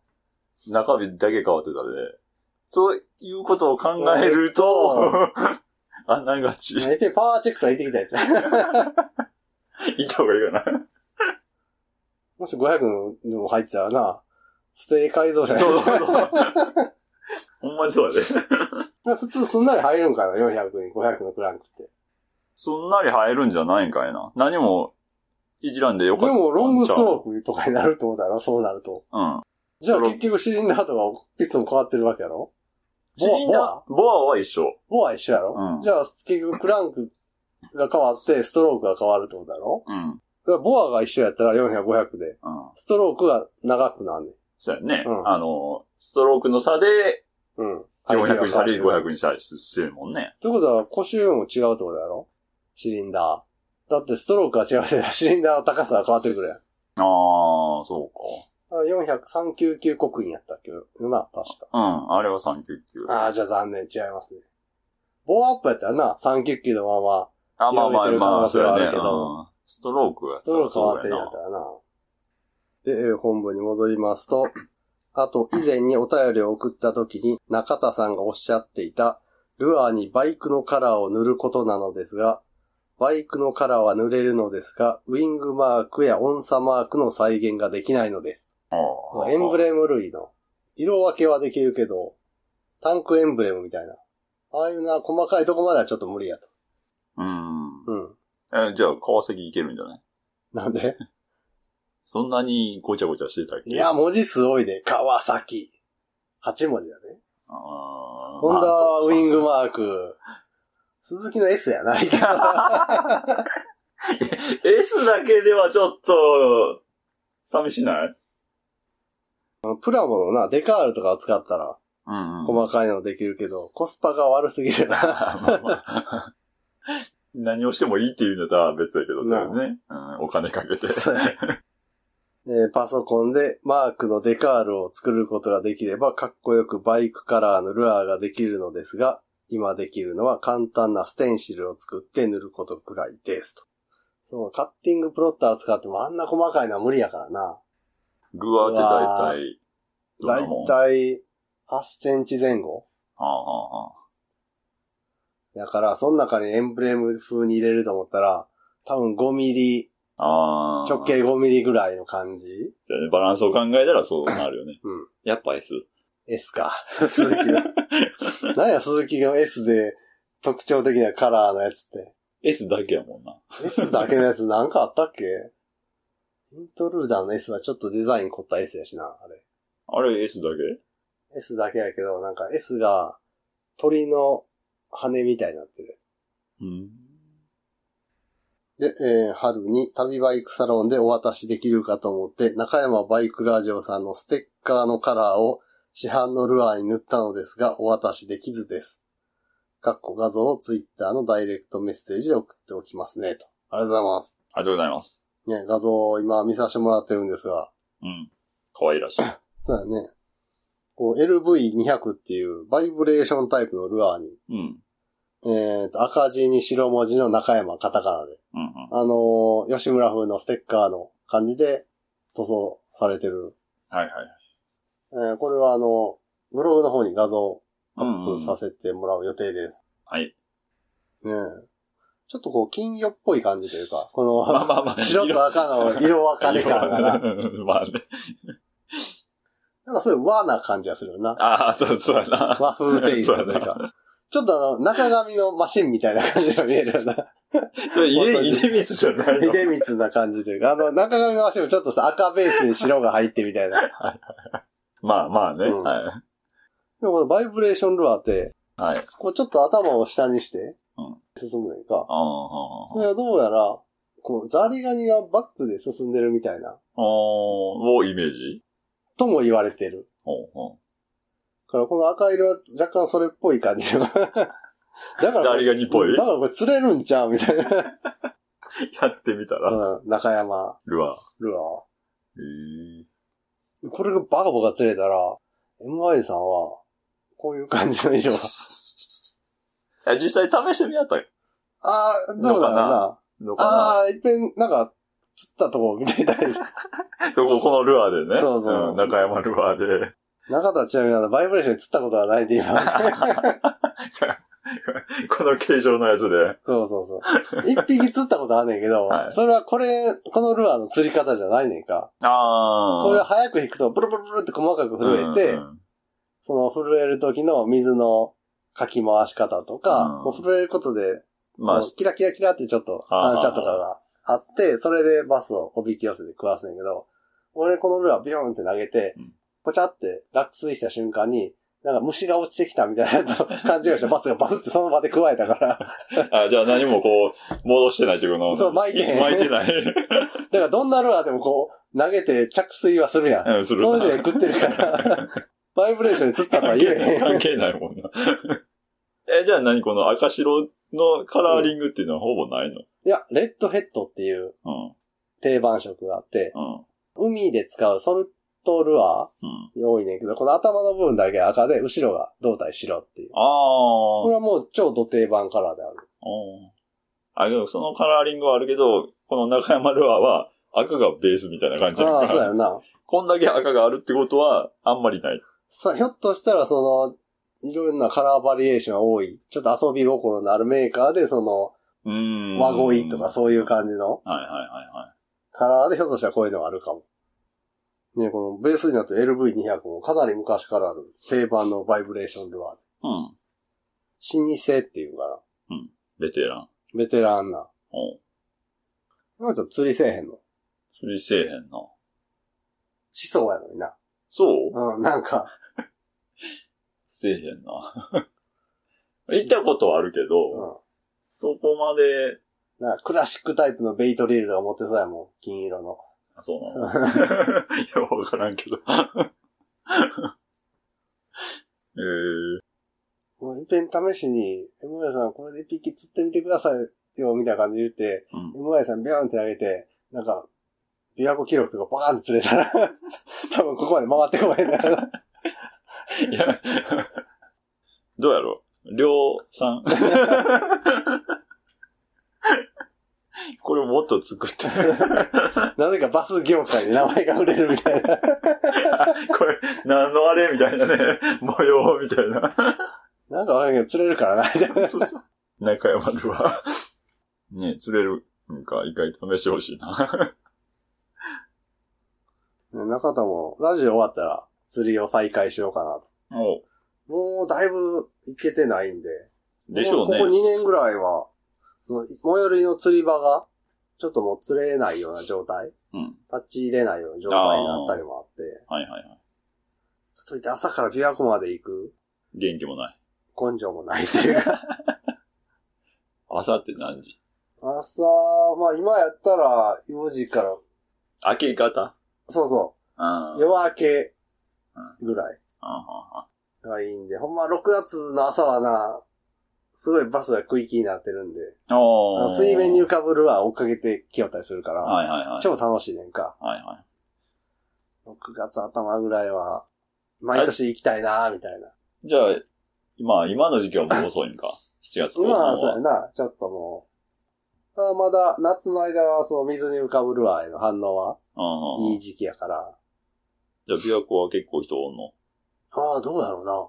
[SPEAKER 2] うう。中身だけ変わってたね。そういうことを考えると、 *laughs* あんなが *laughs* ち。
[SPEAKER 1] あー。AP パワーチェックさん行ってきたやつ。 *laughs*
[SPEAKER 2] いた方がいいかな。
[SPEAKER 1] もし500のも入ってたらな、不正改造じゃない
[SPEAKER 2] そうそうそう。 *laughs* ほんまにそうやで。
[SPEAKER 1] *laughs* 普通すんなり入るんかな、400に500のクランクって。
[SPEAKER 2] そんなに入るんじゃないんかいな。何も、いじらんでよか
[SPEAKER 1] で
[SPEAKER 2] ったんちゃう。
[SPEAKER 1] も、ロングストロークとかになるってことだろ、そうなると。
[SPEAKER 2] うん。
[SPEAKER 1] じゃあ結局シリンダーとかピストン変わってるわけやろ
[SPEAKER 2] シリンダー、ボアは一緒。
[SPEAKER 1] ボアは一緒やろ、
[SPEAKER 2] うん
[SPEAKER 1] じゃあ結局クランクが変わってストロークが変わるってことだろ
[SPEAKER 2] うん。うん。
[SPEAKER 1] だからボアが一緒やったら400、500で、ストロークが長くなんねん。
[SPEAKER 2] そうやね。
[SPEAKER 1] うん
[SPEAKER 2] あの、ストロークの差で、
[SPEAKER 1] うん。
[SPEAKER 2] 400にしたり
[SPEAKER 1] 500。
[SPEAKER 2] 500にしたりしてるもんね。
[SPEAKER 1] ということは、腰も違うってことだろシリンダー。だってストロークが違うせいでシリンダーの高さが変わってくるやん。
[SPEAKER 2] ああ、そ
[SPEAKER 1] 400、399刻印やったっけどな、確か。
[SPEAKER 2] うか。うん、あれは399。
[SPEAKER 1] ああ、じゃあ残念、違いますね。ボアアップやったらな、399のまま、
[SPEAKER 2] あ、まあまあまあ、
[SPEAKER 1] 広
[SPEAKER 2] そ
[SPEAKER 1] げて
[SPEAKER 2] う
[SPEAKER 1] る可能性は
[SPEAKER 2] や
[SPEAKER 1] あ
[SPEAKER 2] ね。
[SPEAKER 1] るけど
[SPEAKER 2] うんストロークやっ
[SPEAKER 1] ス
[SPEAKER 2] た
[SPEAKER 1] トロ
[SPEAKER 2] ら
[SPEAKER 1] ーク変わ
[SPEAKER 2] そ
[SPEAKER 1] っ
[SPEAKER 2] う
[SPEAKER 1] て
[SPEAKER 2] や
[SPEAKER 1] るんやっ
[SPEAKER 2] な
[SPEAKER 1] た。らな。で、えー本部に戻りますと、あと以前にお便りを送った時に中田さんがおっしゃっていた、ルアーにバイクのカラーを塗ることなのですが、バイクのカラーは塗れるのですが、ウィングマークや音差マークの再現ができないのです。
[SPEAKER 2] ああ
[SPEAKER 1] エンブレム類の。色分けはできるけど、タンクエンブレムみたいな。ああいうな、細かいとこまではちょっと無理やと。
[SPEAKER 2] うん。
[SPEAKER 1] うん。
[SPEAKER 2] え、じゃあ、川崎いけるんじゃない
[SPEAKER 1] なんで
[SPEAKER 2] そんなにごちゃごちゃしてたっけ
[SPEAKER 1] いや、文字数多いで、川崎。8文字だね。
[SPEAKER 2] あー
[SPEAKER 1] ホンダはウィング
[SPEAKER 2] まあ
[SPEAKER 1] マーク。鈴木の S やない
[SPEAKER 2] そう
[SPEAKER 1] か。
[SPEAKER 2] か S だけではちょっと、寂しない
[SPEAKER 1] *laughs* プラモのな、デカールとかを使ったら、
[SPEAKER 2] うん、うん。
[SPEAKER 1] 細かいのできるけど、コスパが悪すぎるな。 *laughs*
[SPEAKER 2] まあまあ *laughs* 何をしてもいいっていうんだったら別だけどね。うん、お金かけて。
[SPEAKER 1] そうやえーパソコンでマークのデカールを作ることができれば、かっこよくバイクカラーのルアーができるのですが、今できるのは簡単なステンシルを作って塗ることくらいですと。そう、カッティングプロッター使ってもあんな細かいのは無理やからな。
[SPEAKER 2] グアって大体、どん
[SPEAKER 1] だい
[SPEAKER 2] なもん
[SPEAKER 1] たい8センチ前後
[SPEAKER 2] はあはあはあ
[SPEAKER 1] だから、その中にエンブレム風に入れると思ったら、多分5ミリ、
[SPEAKER 2] あー
[SPEAKER 1] 直径5ミリぐらいの感じ
[SPEAKER 2] そうやねバランスを考えたらそうなるよね。
[SPEAKER 1] うん
[SPEAKER 2] やっぱ S。
[SPEAKER 1] ?S
[SPEAKER 2] *laughs*
[SPEAKER 1] か。鈴木の。何や、鈴木が S で特徴的なカラーのやつって。
[SPEAKER 2] S だけやもんな。
[SPEAKER 1] S だけのやつなんかあったっけイントルーダーの S はちょっとデザイン凝った S やしな、あれ。
[SPEAKER 2] あれ S だけ
[SPEAKER 1] S だけやけど、なんか S が鳥の羽みたいになってる。
[SPEAKER 2] うん。
[SPEAKER 1] で、えー春に旅バイクサロンでお渡しできるかと思って、中山バイクラジオさんのステッカーのカラーを市販のルアーに塗ったのですが、お渡しできずです。かっこ画像をツイッターのダイレクトメッセージで送っておきますね、と。ありがとうございます。
[SPEAKER 2] ありがとうございます。
[SPEAKER 1] ね、画像を今見させてもらってるんですが、
[SPEAKER 2] うん。かわいらしい。
[SPEAKER 1] そうだね。こう、LV200 っていうバイブレーションタイプのルアーに、
[SPEAKER 2] うん。
[SPEAKER 1] えーと、赤字に白文字の中山カタカナで、
[SPEAKER 2] うんうん。
[SPEAKER 1] あのー吉村風のステッカーの感じで塗装されてる。
[SPEAKER 2] はいはい。
[SPEAKER 1] えーこれはあの、ブログの方に画像アップさ
[SPEAKER 2] せ
[SPEAKER 1] せてもらう予定です。
[SPEAKER 2] はい。
[SPEAKER 1] ねえ。ちょっとこう、金魚っぽい感じというか、この、
[SPEAKER 2] まあまあ *laughs* まあ。
[SPEAKER 1] 白と赤の色分かれ感がな。
[SPEAKER 2] うんまあね。
[SPEAKER 1] なんかそういう和な感じがするよな。
[SPEAKER 2] ああ、そう、そうやな。
[SPEAKER 1] 和風テイストという
[SPEAKER 2] そう
[SPEAKER 1] か。ちょっとあの、中髪のマシンみたいな感じが見えるよな。
[SPEAKER 2] それ、
[SPEAKER 1] 本当に
[SPEAKER 2] 家、家光じゃないの。
[SPEAKER 1] 秀光な感じというか、あの、中髪のマシンもちょっとさ、赤ベースに白が入ってみたいな。で
[SPEAKER 2] まあまあね。
[SPEAKER 1] うん
[SPEAKER 2] は
[SPEAKER 1] もこのバイブレーションルアーって、
[SPEAKER 2] い。はい。
[SPEAKER 1] こうちょっと頭を下にして
[SPEAKER 2] うん、
[SPEAKER 1] 進むねんか。
[SPEAKER 2] あ
[SPEAKER 1] それはどうやら、こう、ザリガニがバックで進んでるみたいな、
[SPEAKER 2] あ、をイメージ
[SPEAKER 1] とも言われてる。
[SPEAKER 2] ほうほ
[SPEAKER 1] だからこの赤色は若干それっぽい感
[SPEAKER 2] *laughs*
[SPEAKER 1] じの。だからこれ、
[SPEAKER 2] ザリガニっぽい
[SPEAKER 1] だからこれ釣れるんちゃうみたいな。
[SPEAKER 2] う。やってみたら、
[SPEAKER 1] うん、中山
[SPEAKER 2] ルアー。
[SPEAKER 1] ルア
[SPEAKER 2] えー
[SPEAKER 1] ー。これがバカバカ釣れたら、MY さんは、こういう感じの色。
[SPEAKER 2] いや実際試してみやった
[SPEAKER 1] ああ、どうだろう
[SPEAKER 2] のかな
[SPEAKER 1] な。
[SPEAKER 2] のか
[SPEAKER 1] ああー、いっぺん、なんか、釣ったとこ見てみたいな。
[SPEAKER 2] なでここのルアーでね。
[SPEAKER 1] そうそうん
[SPEAKER 2] 中山ルアーで。
[SPEAKER 1] 中田はちなみにあの、バイブレーションで釣ったことはないんで、今。
[SPEAKER 2] *laughs* この形状のやつで。
[SPEAKER 1] そうそうそう。一匹釣ったことあんねんけど、
[SPEAKER 2] はい
[SPEAKER 1] それはこれ、このルアーの釣り方じゃないねんか。
[SPEAKER 2] ああ。
[SPEAKER 1] これは早く引くと、ブルブルブルって細かく震えて、
[SPEAKER 2] うんうん
[SPEAKER 1] その震える時の水のかき回し方とか、
[SPEAKER 2] うん
[SPEAKER 1] こう震えることで、
[SPEAKER 2] まあ
[SPEAKER 1] こう、キラキラキラってちょっと
[SPEAKER 2] あー
[SPEAKER 1] 反射とかがあって、それでバスをおびき寄せて食わすんやけど、俺このルアービヨーンって投げて
[SPEAKER 2] うん、
[SPEAKER 1] ポチャって落水した瞬間に、なんか虫が落ちてきたみたいなと感じがして、
[SPEAKER 2] *laughs*
[SPEAKER 1] バスがバフってその場で食われたから。
[SPEAKER 2] あ、じゃあ何もこう、戻してないっていうこの。
[SPEAKER 1] そう巻いてへん
[SPEAKER 2] 巻いてない。
[SPEAKER 1] だからどんなルアーでもこう、投げて着水はするやん。
[SPEAKER 2] うん、する
[SPEAKER 1] それで食ってる
[SPEAKER 2] *laughs*
[SPEAKER 1] から、バイブレーションで釣ったとは言えへん。
[SPEAKER 2] 関係ないもんな。え、じゃあ何この赤白のカラーリングっていうのはほぼないの
[SPEAKER 1] いや、レッドヘッドっていう
[SPEAKER 2] うん。
[SPEAKER 1] 定番色があって、
[SPEAKER 2] うん。
[SPEAKER 1] 海で使うソルトルア
[SPEAKER 2] うん。
[SPEAKER 1] ー多いねんけど、この頭の部分だけ赤で、後ろが胴体白っていう。
[SPEAKER 2] ああ
[SPEAKER 1] こ。れはもう超土定番カラーである。
[SPEAKER 2] おーあ、でもそのカラーリングはあるけど、この中山ルアーは赤がベースみたいな感じや
[SPEAKER 1] あ
[SPEAKER 2] ん
[SPEAKER 1] あ、そうや
[SPEAKER 2] か
[SPEAKER 1] んな。
[SPEAKER 2] こんだけ赤があるってことは、あんまりない。
[SPEAKER 1] さ、ひょっとしたらその、いろんなカラーバリエーションが多い、ちょっと遊び心のあるメーカーで、そ
[SPEAKER 2] うん。
[SPEAKER 1] の、和恋とかそういう感じの
[SPEAKER 2] はいはいはいは
[SPEAKER 1] カラーで、ひょっとしたらこういうのがあるかも。ねこのベースになって LV200 もかなり昔からある定番のバイブレーションルアー。
[SPEAKER 2] い。
[SPEAKER 1] 老舗っていうか
[SPEAKER 2] うん。ベテラン。
[SPEAKER 1] な、ベテランな。
[SPEAKER 2] おう
[SPEAKER 1] なんかちょっと釣りせえへんの
[SPEAKER 2] 釣りせえへんな。
[SPEAKER 1] しそうやのにな。
[SPEAKER 2] そう
[SPEAKER 1] うん、なんか、
[SPEAKER 2] せえへんな。行ったことはあるけ
[SPEAKER 1] う
[SPEAKER 2] ど、
[SPEAKER 1] ん。
[SPEAKER 2] そこまで、
[SPEAKER 1] なんかクラシックタイプのベイトリールとか持ってそうやもん。金色の。
[SPEAKER 2] あそう *laughs* なのいや、わからんけど。えー、
[SPEAKER 1] もう一遍試しに、MY さんこれで一匹釣ってみてくださいよ、みたいな感じで言って、
[SPEAKER 2] うん。
[SPEAKER 1] MY さんビャーンって投げて、なんか、琵琶湖記録とかバーンって釣れたら、 *laughs* 多分ここまで回ってこないんだろうな。
[SPEAKER 2] いや、どうやろう量産。 *laughs* これもっと作って。
[SPEAKER 1] なぜかバス業界に名前が売れるみたいな。
[SPEAKER 2] これ、何のあれみたいなね。模様みたい *laughs* な。
[SPEAKER 1] なんかわかんないけど釣れるからな、みたいな。
[SPEAKER 2] そうそう中山では。ねえ釣れるんか、一回試してほしい *laughs* な。
[SPEAKER 1] ね中田も、ラジオ終わったら釣りを再開しようかなと。
[SPEAKER 2] も
[SPEAKER 1] もうだいぶ行けてないんで。
[SPEAKER 2] う、でしょ
[SPEAKER 1] も
[SPEAKER 2] う
[SPEAKER 1] ここ
[SPEAKER 2] ね。
[SPEAKER 1] 2年ぐらいは、その、最寄りの釣り場が、ちょっともう釣れないような状態
[SPEAKER 2] うん。
[SPEAKER 1] 立ち入れないような状態になったりもあって、
[SPEAKER 2] はいはいはい。
[SPEAKER 1] かといって朝から琵琶湖まで行く
[SPEAKER 2] 元気もない。
[SPEAKER 1] 根性もないっていうか、
[SPEAKER 2] 朝って何時
[SPEAKER 1] 朝、まあ今やったら4時から、
[SPEAKER 2] 明け方
[SPEAKER 1] そうそ
[SPEAKER 2] あ
[SPEAKER 1] う、夜明けぐらい
[SPEAKER 2] あ。
[SPEAKER 1] がいいんで、ほんま6月の朝はな、すごいバスが区域になってるんで、あの水面に浮かぶルアー追っかけてきよったりするから、
[SPEAKER 2] はいはいはい。
[SPEAKER 1] 超楽しいねんか。
[SPEAKER 2] はいはい。
[SPEAKER 1] 6月頭ぐらいは、毎年行きたいなーみたいな。
[SPEAKER 2] じゃあ、今、今の時期はもう遅い
[SPEAKER 1] *laughs*
[SPEAKER 2] んか。7月後
[SPEAKER 1] 今
[SPEAKER 2] 半
[SPEAKER 1] は
[SPEAKER 2] は。
[SPEAKER 1] そうやな、ちょっともう。ただまだ、夏の間は、その水に浮かぶルアーへの反応は、
[SPEAKER 2] うんうん
[SPEAKER 1] いい時期やから。
[SPEAKER 2] じゃあ、琵琶湖は結構人おんの。
[SPEAKER 1] ああ、どうやろうな。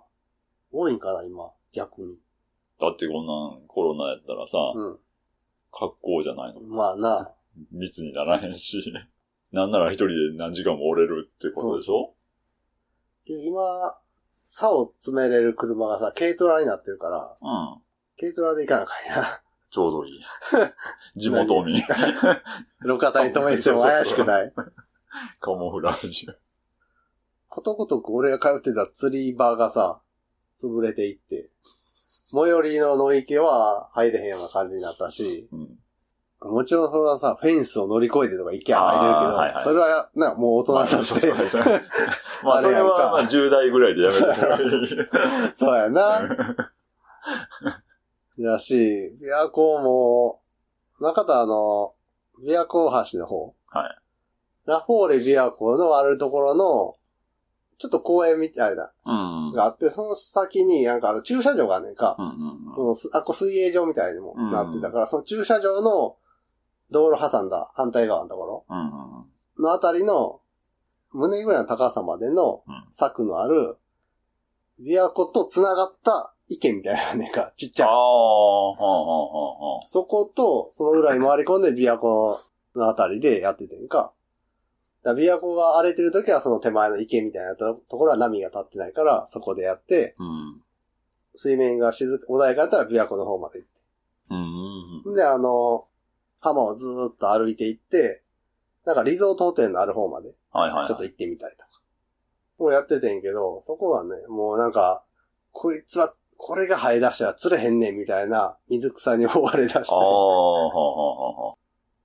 [SPEAKER 1] 多いんかな、今。逆に。
[SPEAKER 2] だってこんなんコロナやったらさ、
[SPEAKER 1] うん。
[SPEAKER 2] 格好じゃないの。
[SPEAKER 1] まあな。
[SPEAKER 2] 密にならへんし、 *laughs* なんなら一人で何時間も折れるってことでしょ
[SPEAKER 1] けど今、差を詰めれる車がさ、軽トラになってるから、
[SPEAKER 2] うん。
[SPEAKER 1] 軽トラで行かなあかんや。
[SPEAKER 2] ちょうどいい。
[SPEAKER 1] *laughs*
[SPEAKER 2] 地元民。
[SPEAKER 1] 路肩に止めても怪しくない。
[SPEAKER 2] カモフラージュ。
[SPEAKER 1] ことごとく俺が通ってた釣り場がさ、潰れていって、最寄りの野池は入れへんような感じになったし、
[SPEAKER 2] うん。
[SPEAKER 1] もちろんそれはさ、フェンスを乗り越えてとか行けば入れるけど、
[SPEAKER 2] あーはいはい
[SPEAKER 1] それはな、もう大人として、
[SPEAKER 2] まあそう
[SPEAKER 1] *laughs*
[SPEAKER 2] そうまあ、
[SPEAKER 1] あ
[SPEAKER 2] そ
[SPEAKER 1] れや
[SPEAKER 2] れ
[SPEAKER 1] んか
[SPEAKER 2] は、まあ、10代ぐらいでやめ
[SPEAKER 1] *laughs*
[SPEAKER 2] てもいい。
[SPEAKER 1] そうや
[SPEAKER 2] *laughs*
[SPEAKER 1] な。だし、琵琶湖も、中田あの、琵琶湖大橋の方。
[SPEAKER 2] はい。
[SPEAKER 1] ラフォーレ琵琶湖のあるところの、ちょっと公園みたいな、
[SPEAKER 2] うん。
[SPEAKER 1] があって、その先になんかあの駐車場があんねんか
[SPEAKER 2] う。んうんうん
[SPEAKER 1] このすあ、こ水泳場みたいにもなってたから、その駐車場の道路挟んだ反対側のとこ
[SPEAKER 2] うんうん。
[SPEAKER 1] ろのあたりの、胸ぐらいの高さまでの
[SPEAKER 2] うん
[SPEAKER 1] 柵のある、琵琶湖と繋がった池みたいなのあんねんか、ちっち
[SPEAKER 2] あ
[SPEAKER 1] ゃい
[SPEAKER 2] あ、は。あは
[SPEAKER 1] そこと、その裏に回り込んで、琵琶湖のあたりでやっててんか。だから琵琶湖が荒れてる時は、その手前の池みたいなとところは波が立ってないから、そこでやって、
[SPEAKER 2] あはあ。うん。
[SPEAKER 1] 水面が静か、穏やかだったら琵琶湖の方まで行っ
[SPEAKER 2] うん。
[SPEAKER 1] て。で、あの、浜をずーっと歩いて行って、なんかリゾートホテルのある方まで、ち
[SPEAKER 2] はいはい。
[SPEAKER 1] ょっと行ってみたりとか。もうやっててんけど、そこはね、もうなんか、こいつは、これが生え出したら釣れへんねんみたいな、水草に覆われ出して
[SPEAKER 2] あ。あ、はあはあは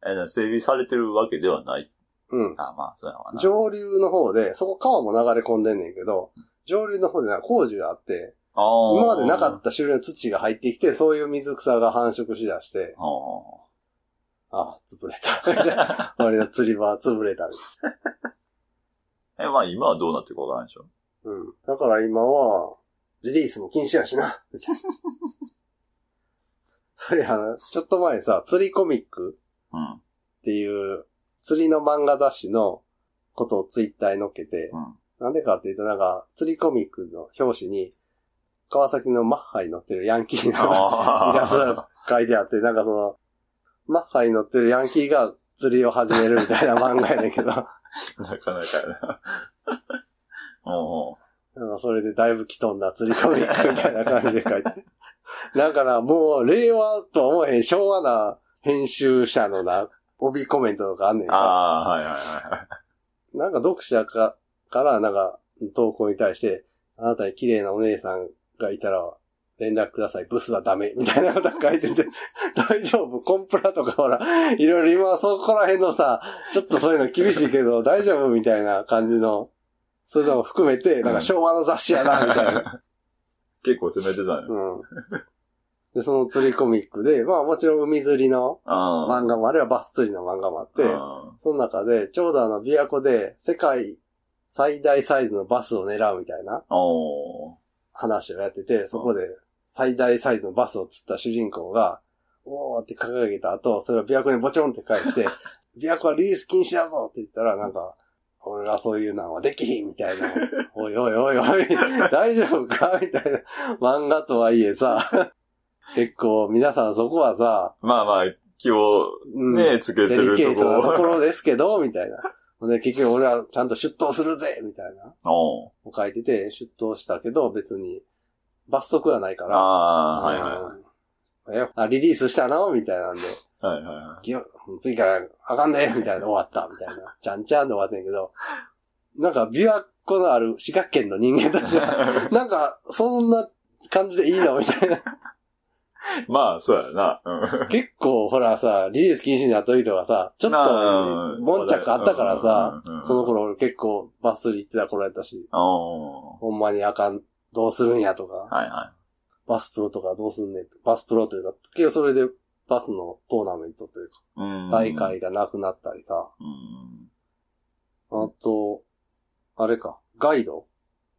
[SPEAKER 2] あ。え、でも整備されてるわけではない。
[SPEAKER 1] うん。
[SPEAKER 2] あまあ、そうやわな。
[SPEAKER 1] 上流の方で、そこ川も流れ込んでんねんけど、上流の方でな工事があって、
[SPEAKER 2] あー
[SPEAKER 1] 今までなかった種類の土が入ってきて、そういう水草が繁殖しだして、
[SPEAKER 2] あー
[SPEAKER 1] ああ、潰れた。みたい
[SPEAKER 2] *laughs*
[SPEAKER 1] な俺の釣り場は潰れたみ
[SPEAKER 2] え、まあ今はどうなってるかわからんでしょ。
[SPEAKER 1] たいな。うん。だから今は、リリースも禁止やしな。 *laughs* そういや、ちょっと前さ、釣りコミック *laughs*
[SPEAKER 2] うん。
[SPEAKER 1] っていう、釣りの漫画雑誌のことをツイッターに載っけて、
[SPEAKER 2] うん。
[SPEAKER 1] なんでかっていうと、なんか、釣りコミックの表紙に、川崎のマッハに乗ってるヤンキーの
[SPEAKER 2] あ
[SPEAKER 1] イラスト
[SPEAKER 2] あ
[SPEAKER 1] が書いてあって、なんかその、マッハに乗ってるヤンキーが釣りを始めるみたいな漫画やねんけど、なんか
[SPEAKER 2] なかなかやな。 *laughs* おうおう
[SPEAKER 1] それでだいぶきとんだ釣りコミックみたいな感じで書いて。 *laughs* なんかな、もう、令和とは思えへん昭和な編集者のな、帯コメントとかあんねん
[SPEAKER 2] あ
[SPEAKER 1] か。
[SPEAKER 2] あ、はいはいは
[SPEAKER 1] なんか読者かから、なんか、投稿に対して、あなたに綺麗なお姉さんがいたら、連絡ください。ブスはダメ。みたいなこと書いて *laughs* て、大丈夫コンプラとかほら、いろいろ今はそこら辺のさ、ちょっとそういうの厳しいけど、大丈夫みたいな感じの、そういうのも含めて、なんか昭和の雑誌やな、みたい
[SPEAKER 2] い
[SPEAKER 1] な。
[SPEAKER 2] はい。結構攻めてたね。
[SPEAKER 1] うん。で、その釣りコミックで、まあもちろん海釣りの
[SPEAKER 2] ああ。
[SPEAKER 1] 漫画もあればバス釣りの漫画もあって、
[SPEAKER 2] うん
[SPEAKER 1] その中で、ちょうどあの、琵琶湖で世界最大サイズのバスを狙うみたいな
[SPEAKER 2] おー
[SPEAKER 1] 話をやってて、そこで最大サイズのバスを釣った主人公が、おーって掲げた後、それを琵琶湖にボチョンって返して、琵琶湖はリリース禁止だぞって言ったら、なんか、俺がそういうのはできひんみたいな。おいおいおいおい、大丈夫かみたいな。漫画とはいえさ、結構皆さんそこはさ、
[SPEAKER 2] まあまあ、気を
[SPEAKER 1] うん
[SPEAKER 2] ね、つけて
[SPEAKER 1] デリ
[SPEAKER 2] る
[SPEAKER 1] ケ
[SPEAKER 2] と
[SPEAKER 1] ートなとこ
[SPEAKER 2] こ
[SPEAKER 1] ろですけど、みたいな。ほんで、結局俺はちゃんと出頭するぜみたいな。
[SPEAKER 2] ろ。
[SPEAKER 1] を書いてて、出頭したけど、別に、罰則はないか
[SPEAKER 2] あ
[SPEAKER 1] ら。
[SPEAKER 2] あー、はいは
[SPEAKER 1] うんえあリリースしたのみたいなんで、
[SPEAKER 2] い。はいはいは
[SPEAKER 1] きよ次からあかんねみたいな、終わった、みたいな。ちゃんちゃんで終わってんけど、なんか、琵琶湖のある滋賀県の人間たち
[SPEAKER 2] *laughs*
[SPEAKER 1] は、なんか、そんな感じでいいのみたいな。
[SPEAKER 2] い。まあ、そうやな。うん
[SPEAKER 1] 結構、ほらさ、リリース禁止になった時とかさ、ちょっ
[SPEAKER 2] あ
[SPEAKER 1] と、
[SPEAKER 2] ー
[SPEAKER 1] 悶着あったからさ、
[SPEAKER 2] うんうんうん
[SPEAKER 1] その頃俺結構バス釣り行ってた頃やったし、
[SPEAKER 2] お
[SPEAKER 1] ほんまにあかん、どうするんやと
[SPEAKER 2] ー
[SPEAKER 1] か、
[SPEAKER 2] はいは
[SPEAKER 1] バスプロとかどうすんねん、バスプロというか、結局それでバスのトーナメントというか、
[SPEAKER 2] い。うん
[SPEAKER 1] 大。会がなくなったりさ、
[SPEAKER 2] うん
[SPEAKER 1] あと、あれか、ガイド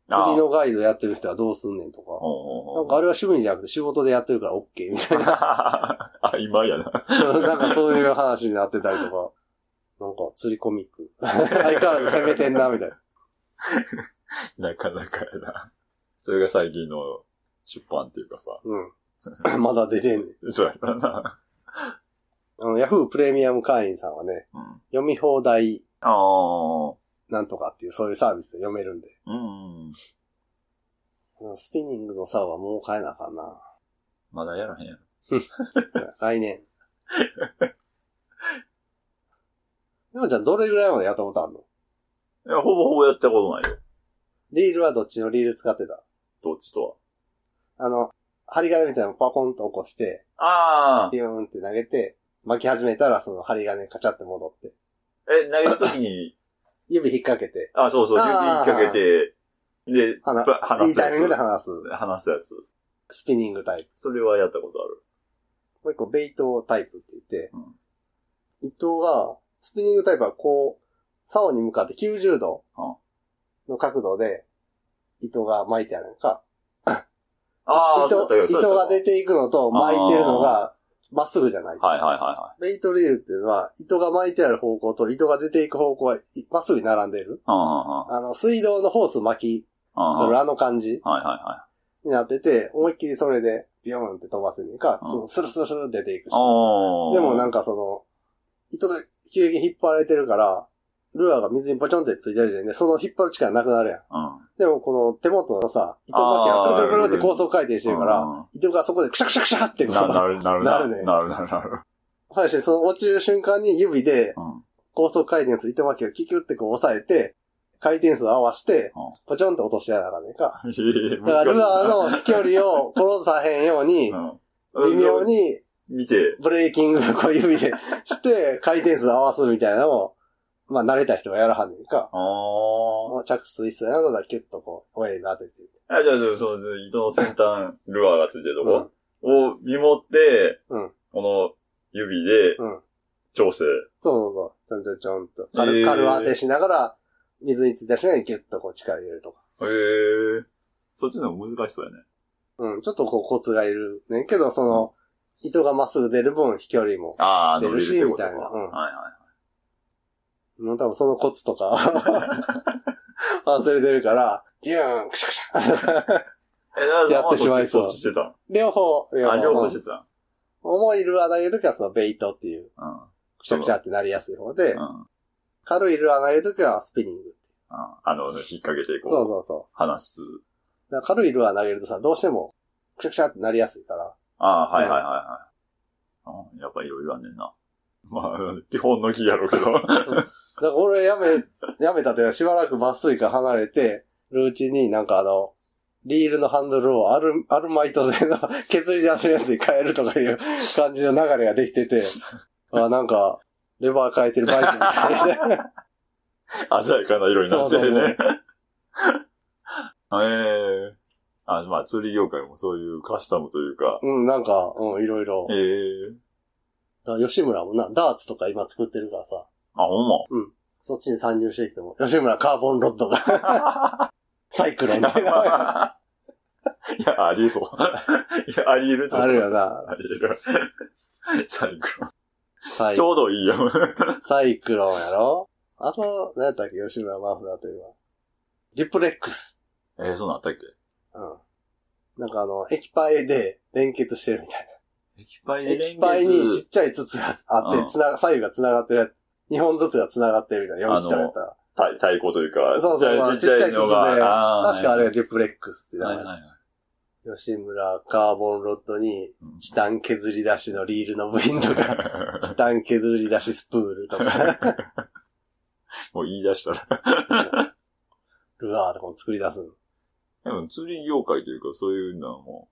[SPEAKER 1] 釣
[SPEAKER 2] あ
[SPEAKER 1] り
[SPEAKER 2] ー
[SPEAKER 1] のガイドやってる人はどうすんねんとか、な
[SPEAKER 2] お
[SPEAKER 1] ん
[SPEAKER 2] ー
[SPEAKER 1] かあれは趣味じゃなくて仕事でやってるから OK みたいな。
[SPEAKER 2] *laughs* あ、今やな。 *laughs*
[SPEAKER 1] なんかそういう話になってたりとか、なんか釣りコミック。相変わらず攻めてんな、みたいな。
[SPEAKER 2] なかなかやな。それが最近の出版っていうかさ、
[SPEAKER 1] うん。まだ出てんねん。
[SPEAKER 2] そうやったな。
[SPEAKER 1] あの、ヤフープレミアム会員さんはね、
[SPEAKER 2] うん。
[SPEAKER 1] 読み放題
[SPEAKER 2] ああ。
[SPEAKER 1] なんとかっていう、そういうサービスで読めるんで。
[SPEAKER 2] うん。
[SPEAKER 1] あのスピニングのサーはもう変えなあかんな。
[SPEAKER 2] まだやらへんやろ。
[SPEAKER 1] 来年。 *laughs* ヨンちゃん、どれぐらいまでやったことあるの
[SPEAKER 2] いや、ほぼほぼやったことないよ。
[SPEAKER 1] リールはどっちのリール使ってた
[SPEAKER 2] どっちと
[SPEAKER 1] あの、針金みたいなのパコンと起こして、
[SPEAKER 2] は。ああ。
[SPEAKER 1] ビューンって投げて、巻き始めたらその針金カチャって戻って、
[SPEAKER 2] え、投げるときに、
[SPEAKER 1] 指引っ掛けて、
[SPEAKER 2] あ、そうそう、指引っ
[SPEAKER 1] あー
[SPEAKER 2] 掛けて、で、
[SPEAKER 1] 話
[SPEAKER 2] ば話
[SPEAKER 1] いい
[SPEAKER 2] すや
[SPEAKER 1] タイ
[SPEAKER 2] つ
[SPEAKER 1] ミングで話す。
[SPEAKER 2] 話すやつ。
[SPEAKER 1] スピニングタイプ。
[SPEAKER 2] それはやったことある。
[SPEAKER 1] もう一個、ベイトタイプって言って、
[SPEAKER 2] うん
[SPEAKER 1] 糸は、スピニングタイプはこう、竿に向かって90度
[SPEAKER 2] うん
[SPEAKER 1] の角度で、糸が巻いてあるのか、
[SPEAKER 2] ああ、そ
[SPEAKER 1] 糸
[SPEAKER 2] うだったよ、そうだ
[SPEAKER 1] 糸
[SPEAKER 2] った
[SPEAKER 1] が出ていくのと巻いてるのが、まっすぐじゃない。
[SPEAKER 2] はいはいはいは
[SPEAKER 1] ベイトリールっていうのは、糸が巻いてある方向と糸が出ていく方向は、いまっすぐに並んでる。
[SPEAKER 2] い。うん
[SPEAKER 1] あの、水道のホース巻き
[SPEAKER 2] うんうん。うん
[SPEAKER 1] 取
[SPEAKER 2] うん。
[SPEAKER 1] るあの感じ
[SPEAKER 2] はいはいはい。
[SPEAKER 1] になってて、思いっきりそれで、ビヨーンって飛ばせるか、
[SPEAKER 2] うん
[SPEAKER 1] スルスルスル出ていくし。
[SPEAKER 2] おー。
[SPEAKER 1] でもなんんかその、糸が急激に引っ張られてるから、ルアーが水にポチョンってついてる時点で、その引っ張る力なくなるやん。
[SPEAKER 2] か、
[SPEAKER 1] でもこの手元のさ、糸巻きがくるくるくるって高速回転してるか
[SPEAKER 2] うんうんう
[SPEAKER 1] ら、糸がそこでくしゃくしゃくしゃって
[SPEAKER 2] うん。
[SPEAKER 1] こ
[SPEAKER 2] なな
[SPEAKER 1] う、
[SPEAKER 2] る、なる、
[SPEAKER 1] なるね
[SPEAKER 2] なる、なる、なる。
[SPEAKER 1] はいして、その落ちる瞬間に指で
[SPEAKER 2] うん。
[SPEAKER 1] 高速回転する糸巻きをキュキュってこう押さえて、回転数を合わして
[SPEAKER 2] うん、
[SPEAKER 1] ポチョンって落としやなあかんねんか。
[SPEAKER 2] へえ
[SPEAKER 1] だからルアーの
[SPEAKER 2] 難
[SPEAKER 1] 飛距離を殺さへんよう
[SPEAKER 2] しい
[SPEAKER 1] に、
[SPEAKER 2] なう
[SPEAKER 1] 微
[SPEAKER 2] ん。
[SPEAKER 1] 妙
[SPEAKER 2] に。
[SPEAKER 1] に
[SPEAKER 2] 見て、
[SPEAKER 1] ブレーキングをこう指でして、回転数合わすみたいなのを、まあ慣れた人がやらはんねんか。
[SPEAKER 2] ああ。
[SPEAKER 1] もう着水するやつだキュッとこう、親指当てて。
[SPEAKER 2] あ、じゃあ、じゃあその、糸の先端、ルアーがついてると
[SPEAKER 1] うん
[SPEAKER 2] こ、を見守って、
[SPEAKER 1] うん
[SPEAKER 2] この指で
[SPEAKER 1] うん。
[SPEAKER 2] 調整。
[SPEAKER 1] そうそうそう。ちょんちょんちょんと。軽
[SPEAKER 2] え
[SPEAKER 1] く
[SPEAKER 2] ー
[SPEAKER 1] 軽当てしながら、水についた瞬間にキュッとこう力入れるとか。
[SPEAKER 2] へえ。そっちの方が難しそうやね。
[SPEAKER 1] うん。ちょっとこうコツがいるねんけど、その、糸がまっすぐ出る分飛距離も。
[SPEAKER 2] ああ、伸びるってこと
[SPEAKER 1] 出るしみたいな
[SPEAKER 2] か。
[SPEAKER 1] うん
[SPEAKER 2] はいは
[SPEAKER 1] もう多分そのコツとか *laughs* 忘れてるから、ギューン、クシャクシャ。
[SPEAKER 2] い。え、だから
[SPEAKER 1] やってしまいそう
[SPEAKER 2] そっちそっちしてた
[SPEAKER 1] 両方、両
[SPEAKER 2] の。あ、両方
[SPEAKER 1] 方
[SPEAKER 2] し。てた。
[SPEAKER 1] 重いルアー投げるときはそのベイトっていう、
[SPEAKER 2] うん。
[SPEAKER 1] くしゃくしゃってなりやすい方で、
[SPEAKER 2] うん。うん
[SPEAKER 1] 軽いルアー投げるときはスピニング。
[SPEAKER 2] あの、引っ掛けて、
[SPEAKER 1] そう
[SPEAKER 2] こう、
[SPEAKER 1] そうそ
[SPEAKER 2] 離す。
[SPEAKER 1] う。だから軽いルアー投げるとさ、どうしても、くしゃくしゃってなりやすいから。
[SPEAKER 2] ああ、はいはいはいはいうん。やっぱいろいろあんねんな。 *laughs* まあ、基本の木やろうけど。 *laughs*
[SPEAKER 1] だから俺やめ、や *laughs* めたっていうかしばらく麻酔から離れてるうちになんかあの、リールのハンドルをアル、アルマイト製の *laughs* 削り出しのやつに変えるとかいう感じの流れができてて、あなんか、レバー変えてるバイクみたいな。
[SPEAKER 2] 鮮やかな色になって
[SPEAKER 1] そう
[SPEAKER 2] る
[SPEAKER 1] そう
[SPEAKER 2] ね。 *laughs* ええあ、まあ、釣り業界もそういうカスタムというか。
[SPEAKER 1] *laughs* うん、なんか、うん、いろいろ
[SPEAKER 2] え。え
[SPEAKER 1] だから吉村もな、ダーツとか今作ってるからさ、
[SPEAKER 2] あ、ほんま。
[SPEAKER 1] そっちに参入してきても、吉村カーボンロッドがサイクロンみ
[SPEAKER 2] *laughs*
[SPEAKER 1] たいな。
[SPEAKER 2] いや、あり *laughs* そう。いや、ありえるちょっと
[SPEAKER 1] あるよな。
[SPEAKER 2] ありえる。 *laughs* サイクロン。
[SPEAKER 1] サイ
[SPEAKER 2] ちょうどいいよ。
[SPEAKER 1] サイクロンやろあと、何やったっけ吉村マフラーというのは。リプレックス。
[SPEAKER 2] *laughs* えー、そうなったっけ
[SPEAKER 1] うん。なんかあの、液パイで連結してるみたい
[SPEAKER 2] 液体
[SPEAKER 1] な。液パイにちっちゃい筒があ
[SPEAKER 2] う
[SPEAKER 1] っ
[SPEAKER 2] ん
[SPEAKER 1] て、つな、左右が繋がってるやつ。2本ずつが繋がってるみたいな。読み切ったやったら。
[SPEAKER 2] 太太鼓というか、
[SPEAKER 1] そうそうそう
[SPEAKER 2] ちっちゃいちっちゃいの
[SPEAKER 1] ちっちゃい筒で
[SPEAKER 2] が。あー
[SPEAKER 1] 確かあれがリプレックスって名
[SPEAKER 2] はい
[SPEAKER 1] 前
[SPEAKER 2] はいはい。
[SPEAKER 1] 吉村カーボンロッドに、
[SPEAKER 2] うん
[SPEAKER 1] チタン削り出しのリールの部品とか、
[SPEAKER 2] *laughs*
[SPEAKER 1] チタン削り出しスプールとか、
[SPEAKER 2] もう言い出したら。 *laughs*
[SPEAKER 1] ルアーとかも作り出すの。
[SPEAKER 2] でも釣り業界というか、そういうのはも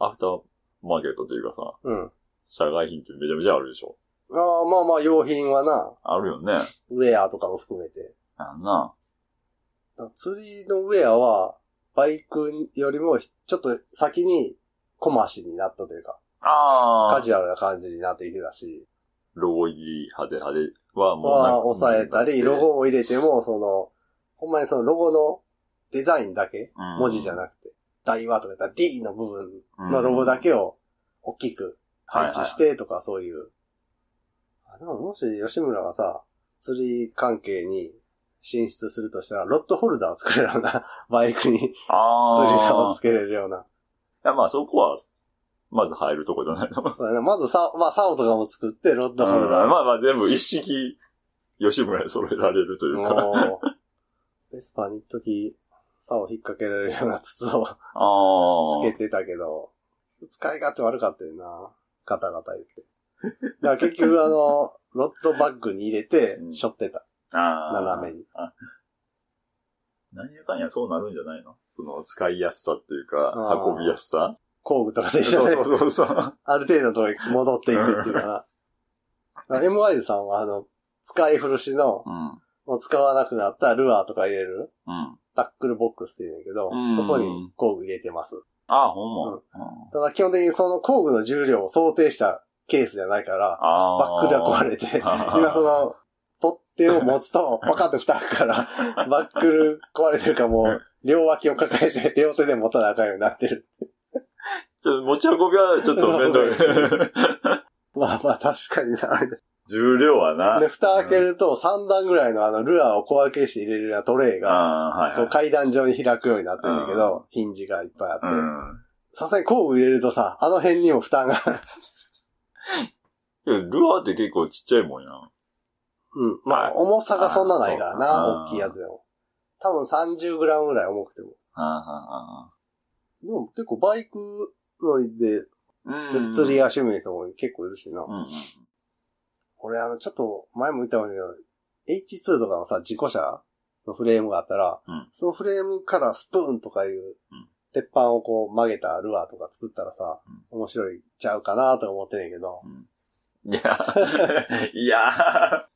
[SPEAKER 2] う、アフターマーケットというかさ、
[SPEAKER 1] うん。
[SPEAKER 2] 社外品ってめちゃめちゃあるでしょ。
[SPEAKER 1] ああ、まあまあ、用品はな、
[SPEAKER 2] あるよね。
[SPEAKER 1] ウェアとかも含めて。
[SPEAKER 2] あんな。
[SPEAKER 1] だから釣りのウェアは、バイクよりも、ちょっと先に、コマシになったというか、
[SPEAKER 2] あ
[SPEAKER 1] カジュアルな感じになってきてたし、
[SPEAKER 2] ロゴ入り派手派手はもうな
[SPEAKER 1] ま
[SPEAKER 2] く
[SPEAKER 1] あ、抑えたり、ロ、
[SPEAKER 2] なく
[SPEAKER 1] ゴを入れても、その、ほんまにそのロゴのデザインだけ、
[SPEAKER 2] て
[SPEAKER 1] 文字じゃなくて、台話とかやったら D の部分のロゴだけを大きく配置してとか、そういう。あでも、もし吉村がさ、釣り関係に進出するとしたら、ロットホルダーを作れる *laughs* ような、バイクに。
[SPEAKER 2] あ
[SPEAKER 1] 釣り竿
[SPEAKER 2] あ
[SPEAKER 1] を。つけれるような。
[SPEAKER 2] いや、まあそこは、まず入るとこじゃないの。
[SPEAKER 1] そうや *laughs* な。まずさ、まあ、竿とかも作って、ロッドホルダー。
[SPEAKER 2] まあまあ全部一式、吉村に揃えられるというか。
[SPEAKER 1] もう、ベスパーに一時、竿を引っ掛けられるような筒を
[SPEAKER 2] あ
[SPEAKER 1] つけてたけど、使い勝手悪かったよな。ガタガタ言って。だから結局あ
[SPEAKER 2] *laughs*
[SPEAKER 1] の、ロッドバッグに入れて
[SPEAKER 2] う、ん
[SPEAKER 1] 背負ってた。
[SPEAKER 2] あー
[SPEAKER 1] 斜めに。
[SPEAKER 2] なんやかんやそうなるんじゃないのその使いやすさっていうか
[SPEAKER 1] あ、ー
[SPEAKER 2] 運びやすさ。
[SPEAKER 1] 工具とかと一緒
[SPEAKER 2] そう
[SPEAKER 1] で、
[SPEAKER 2] そうそうそう。
[SPEAKER 1] ある程度のとこに戻っていくっていうかな。MY さんはあの、使い古しの、
[SPEAKER 2] うん。
[SPEAKER 1] もう使わなくなったルアーとか入れる、
[SPEAKER 2] うん。
[SPEAKER 1] タックルボックスって言うんだけど
[SPEAKER 2] う、ん
[SPEAKER 1] そこに工具入れてます。
[SPEAKER 2] ああ、ほんま。
[SPEAKER 1] うん
[SPEAKER 2] うん
[SPEAKER 1] ただ基本的にその工具の重量を想定したケースじゃないから、
[SPEAKER 2] ああ。
[SPEAKER 1] バックルが壊れて、今その、取っ手を持つと、パカッと蓋開く
[SPEAKER 2] *laughs*
[SPEAKER 1] から、バックル壊れてるからもう、両脇を抱えて、両手で持たなあかんようになってる。
[SPEAKER 2] ちょっと持ち運びはちょっと面倒い。
[SPEAKER 1] まあまあ確かにな。
[SPEAKER 2] 重量はな。
[SPEAKER 1] で、蓋開けると3段ぐらいのあの、ルアーを小分けして入れるようなトレイ
[SPEAKER 2] うん。
[SPEAKER 1] が、
[SPEAKER 2] ああ、はい
[SPEAKER 1] こ
[SPEAKER 2] は
[SPEAKER 1] う
[SPEAKER 2] い。
[SPEAKER 1] 階段状に開くようになってるんだけど、ヒンジがいっぱいあ
[SPEAKER 2] う
[SPEAKER 1] って。
[SPEAKER 2] ん
[SPEAKER 1] さすがに工具入れるとさ、あの辺にも負担が、 *laughs*
[SPEAKER 2] いやルアーって結構ちっちゃいもんや。
[SPEAKER 1] うん。まあ重さがそんなないからな
[SPEAKER 2] あ、ー
[SPEAKER 1] 大きいやつでも。多分 30g ぐらい重くても。
[SPEAKER 2] ああ
[SPEAKER 1] でも結構バイク乗りで
[SPEAKER 2] あああ
[SPEAKER 1] 釣釣りが趣味の人も結構いるしな。
[SPEAKER 2] うんうん。
[SPEAKER 1] 俺あの、ちょっと前も言ったかもしれないけど、H2 とかのさ、自己車のフレームがあったら、
[SPEAKER 2] うん
[SPEAKER 1] そのフレームからスプーンとかいう
[SPEAKER 2] うん、
[SPEAKER 1] 鉄板をこう曲げたルアーとか作ったらさ、面白いちゃうかなとか思ってんねんけど、
[SPEAKER 2] いや、 *laughs* いや、
[SPEAKER 1] あ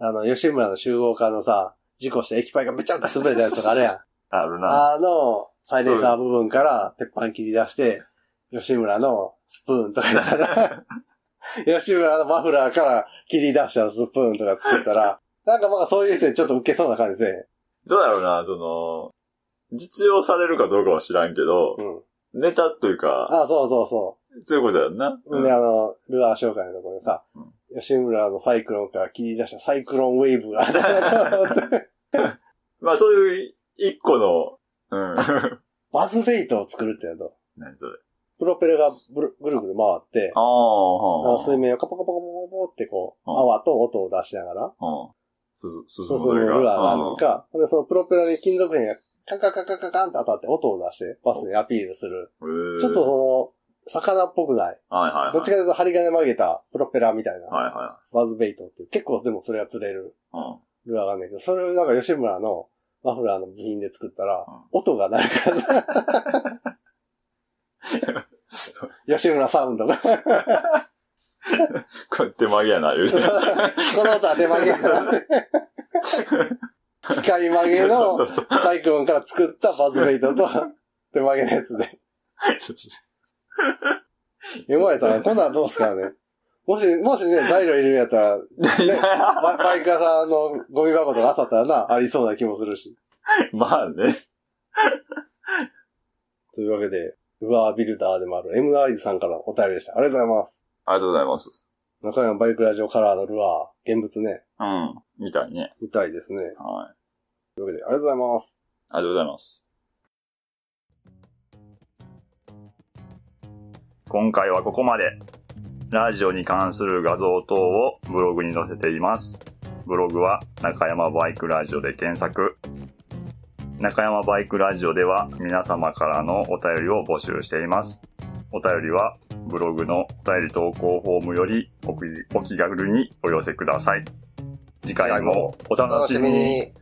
[SPEAKER 1] の、吉村の集合化のさ、事故して液パイがべちゃって滑れたやつとかあるやん。
[SPEAKER 2] あるな。
[SPEAKER 1] あの、サイレンサー部分から鉄板切り出して、吉村のスプーンとか言ったら、吉村のマフラーから切り出したスプーンとか作ったら、なんかまあそういう人にちょっと受けそうな感じで、
[SPEAKER 2] どうやろうな、その、実用されるかどうかは知らんけど
[SPEAKER 1] う、ん。
[SPEAKER 2] ネタというか、
[SPEAKER 1] あ、そうそうそ
[SPEAKER 2] そういうことやんな。
[SPEAKER 1] う。で、あの、ルアー紹介のところにさ、吉村のサイクロンから切り出したサイクロンウェーブが、
[SPEAKER 2] まあそういう一個の、うん。
[SPEAKER 1] *laughs* バズベイトを作るってやつ。
[SPEAKER 2] 何それ。
[SPEAKER 1] プロペルがぶるぐるぐる回って
[SPEAKER 2] あ、あ、
[SPEAKER 1] 水面をカポカポカポカポってこう、
[SPEAKER 2] うん
[SPEAKER 1] 泡と音を出しながら、
[SPEAKER 2] うん。すす、す
[SPEAKER 1] そうそう、ルアーがあるのか、ほんで、そのプロペラに金属片がカンカンカンカンカンカンって当たって音を出して、バスにアピールする。
[SPEAKER 2] うん
[SPEAKER 1] ちょっと、その、針っぽくない。
[SPEAKER 2] はいはいはい。
[SPEAKER 1] どっちかというと、針金曲げたプロペラみたいな、
[SPEAKER 2] はいは
[SPEAKER 1] バズベイトっていう。結構でもそれが釣れる
[SPEAKER 2] い。うん。
[SPEAKER 1] ルアーがあるんだけど、それをなんか吉村のマフラーの部品で作ったら
[SPEAKER 2] うん、
[SPEAKER 1] 音が鳴るから *laughs* な。吉村サウン *laughs* ドが。こ
[SPEAKER 2] こうやって曲げやな、言うて。
[SPEAKER 1] の音は手曲げじゃな *laughs* くて。機械曲げの
[SPEAKER 2] そうそう
[SPEAKER 1] サイクロンから作ったバズベイトと、手曲げのやつで。え、もやさん、こんなんどうすかね。もし、もしね、材料いるんやったら、ババイク屋さんのゴミ箱とかあさったらな、ありそうな気もするし。
[SPEAKER 2] まあね。
[SPEAKER 1] というわけで、ルアービルダーでもある M アイズさんからのお便りでした。ありがとうございます。
[SPEAKER 2] ありがとうございます。
[SPEAKER 1] 中山バイクラジオカラーのルアー、現物ね、
[SPEAKER 2] うん。みたいね。
[SPEAKER 1] 見たいですね。
[SPEAKER 2] はい。
[SPEAKER 1] というわけで、ありがとうございます。
[SPEAKER 2] ありがとうございます。今回はここまで。ラジオに関する画像等をブログに載せています。ブログは中山バイクラジオで検索。中山バイクラジオでは皆様からのお便りを募集しています。お便りはブログのお便り投稿フォームよりお気お気軽にお寄せください。次回もお楽しみに。
[SPEAKER 1] に。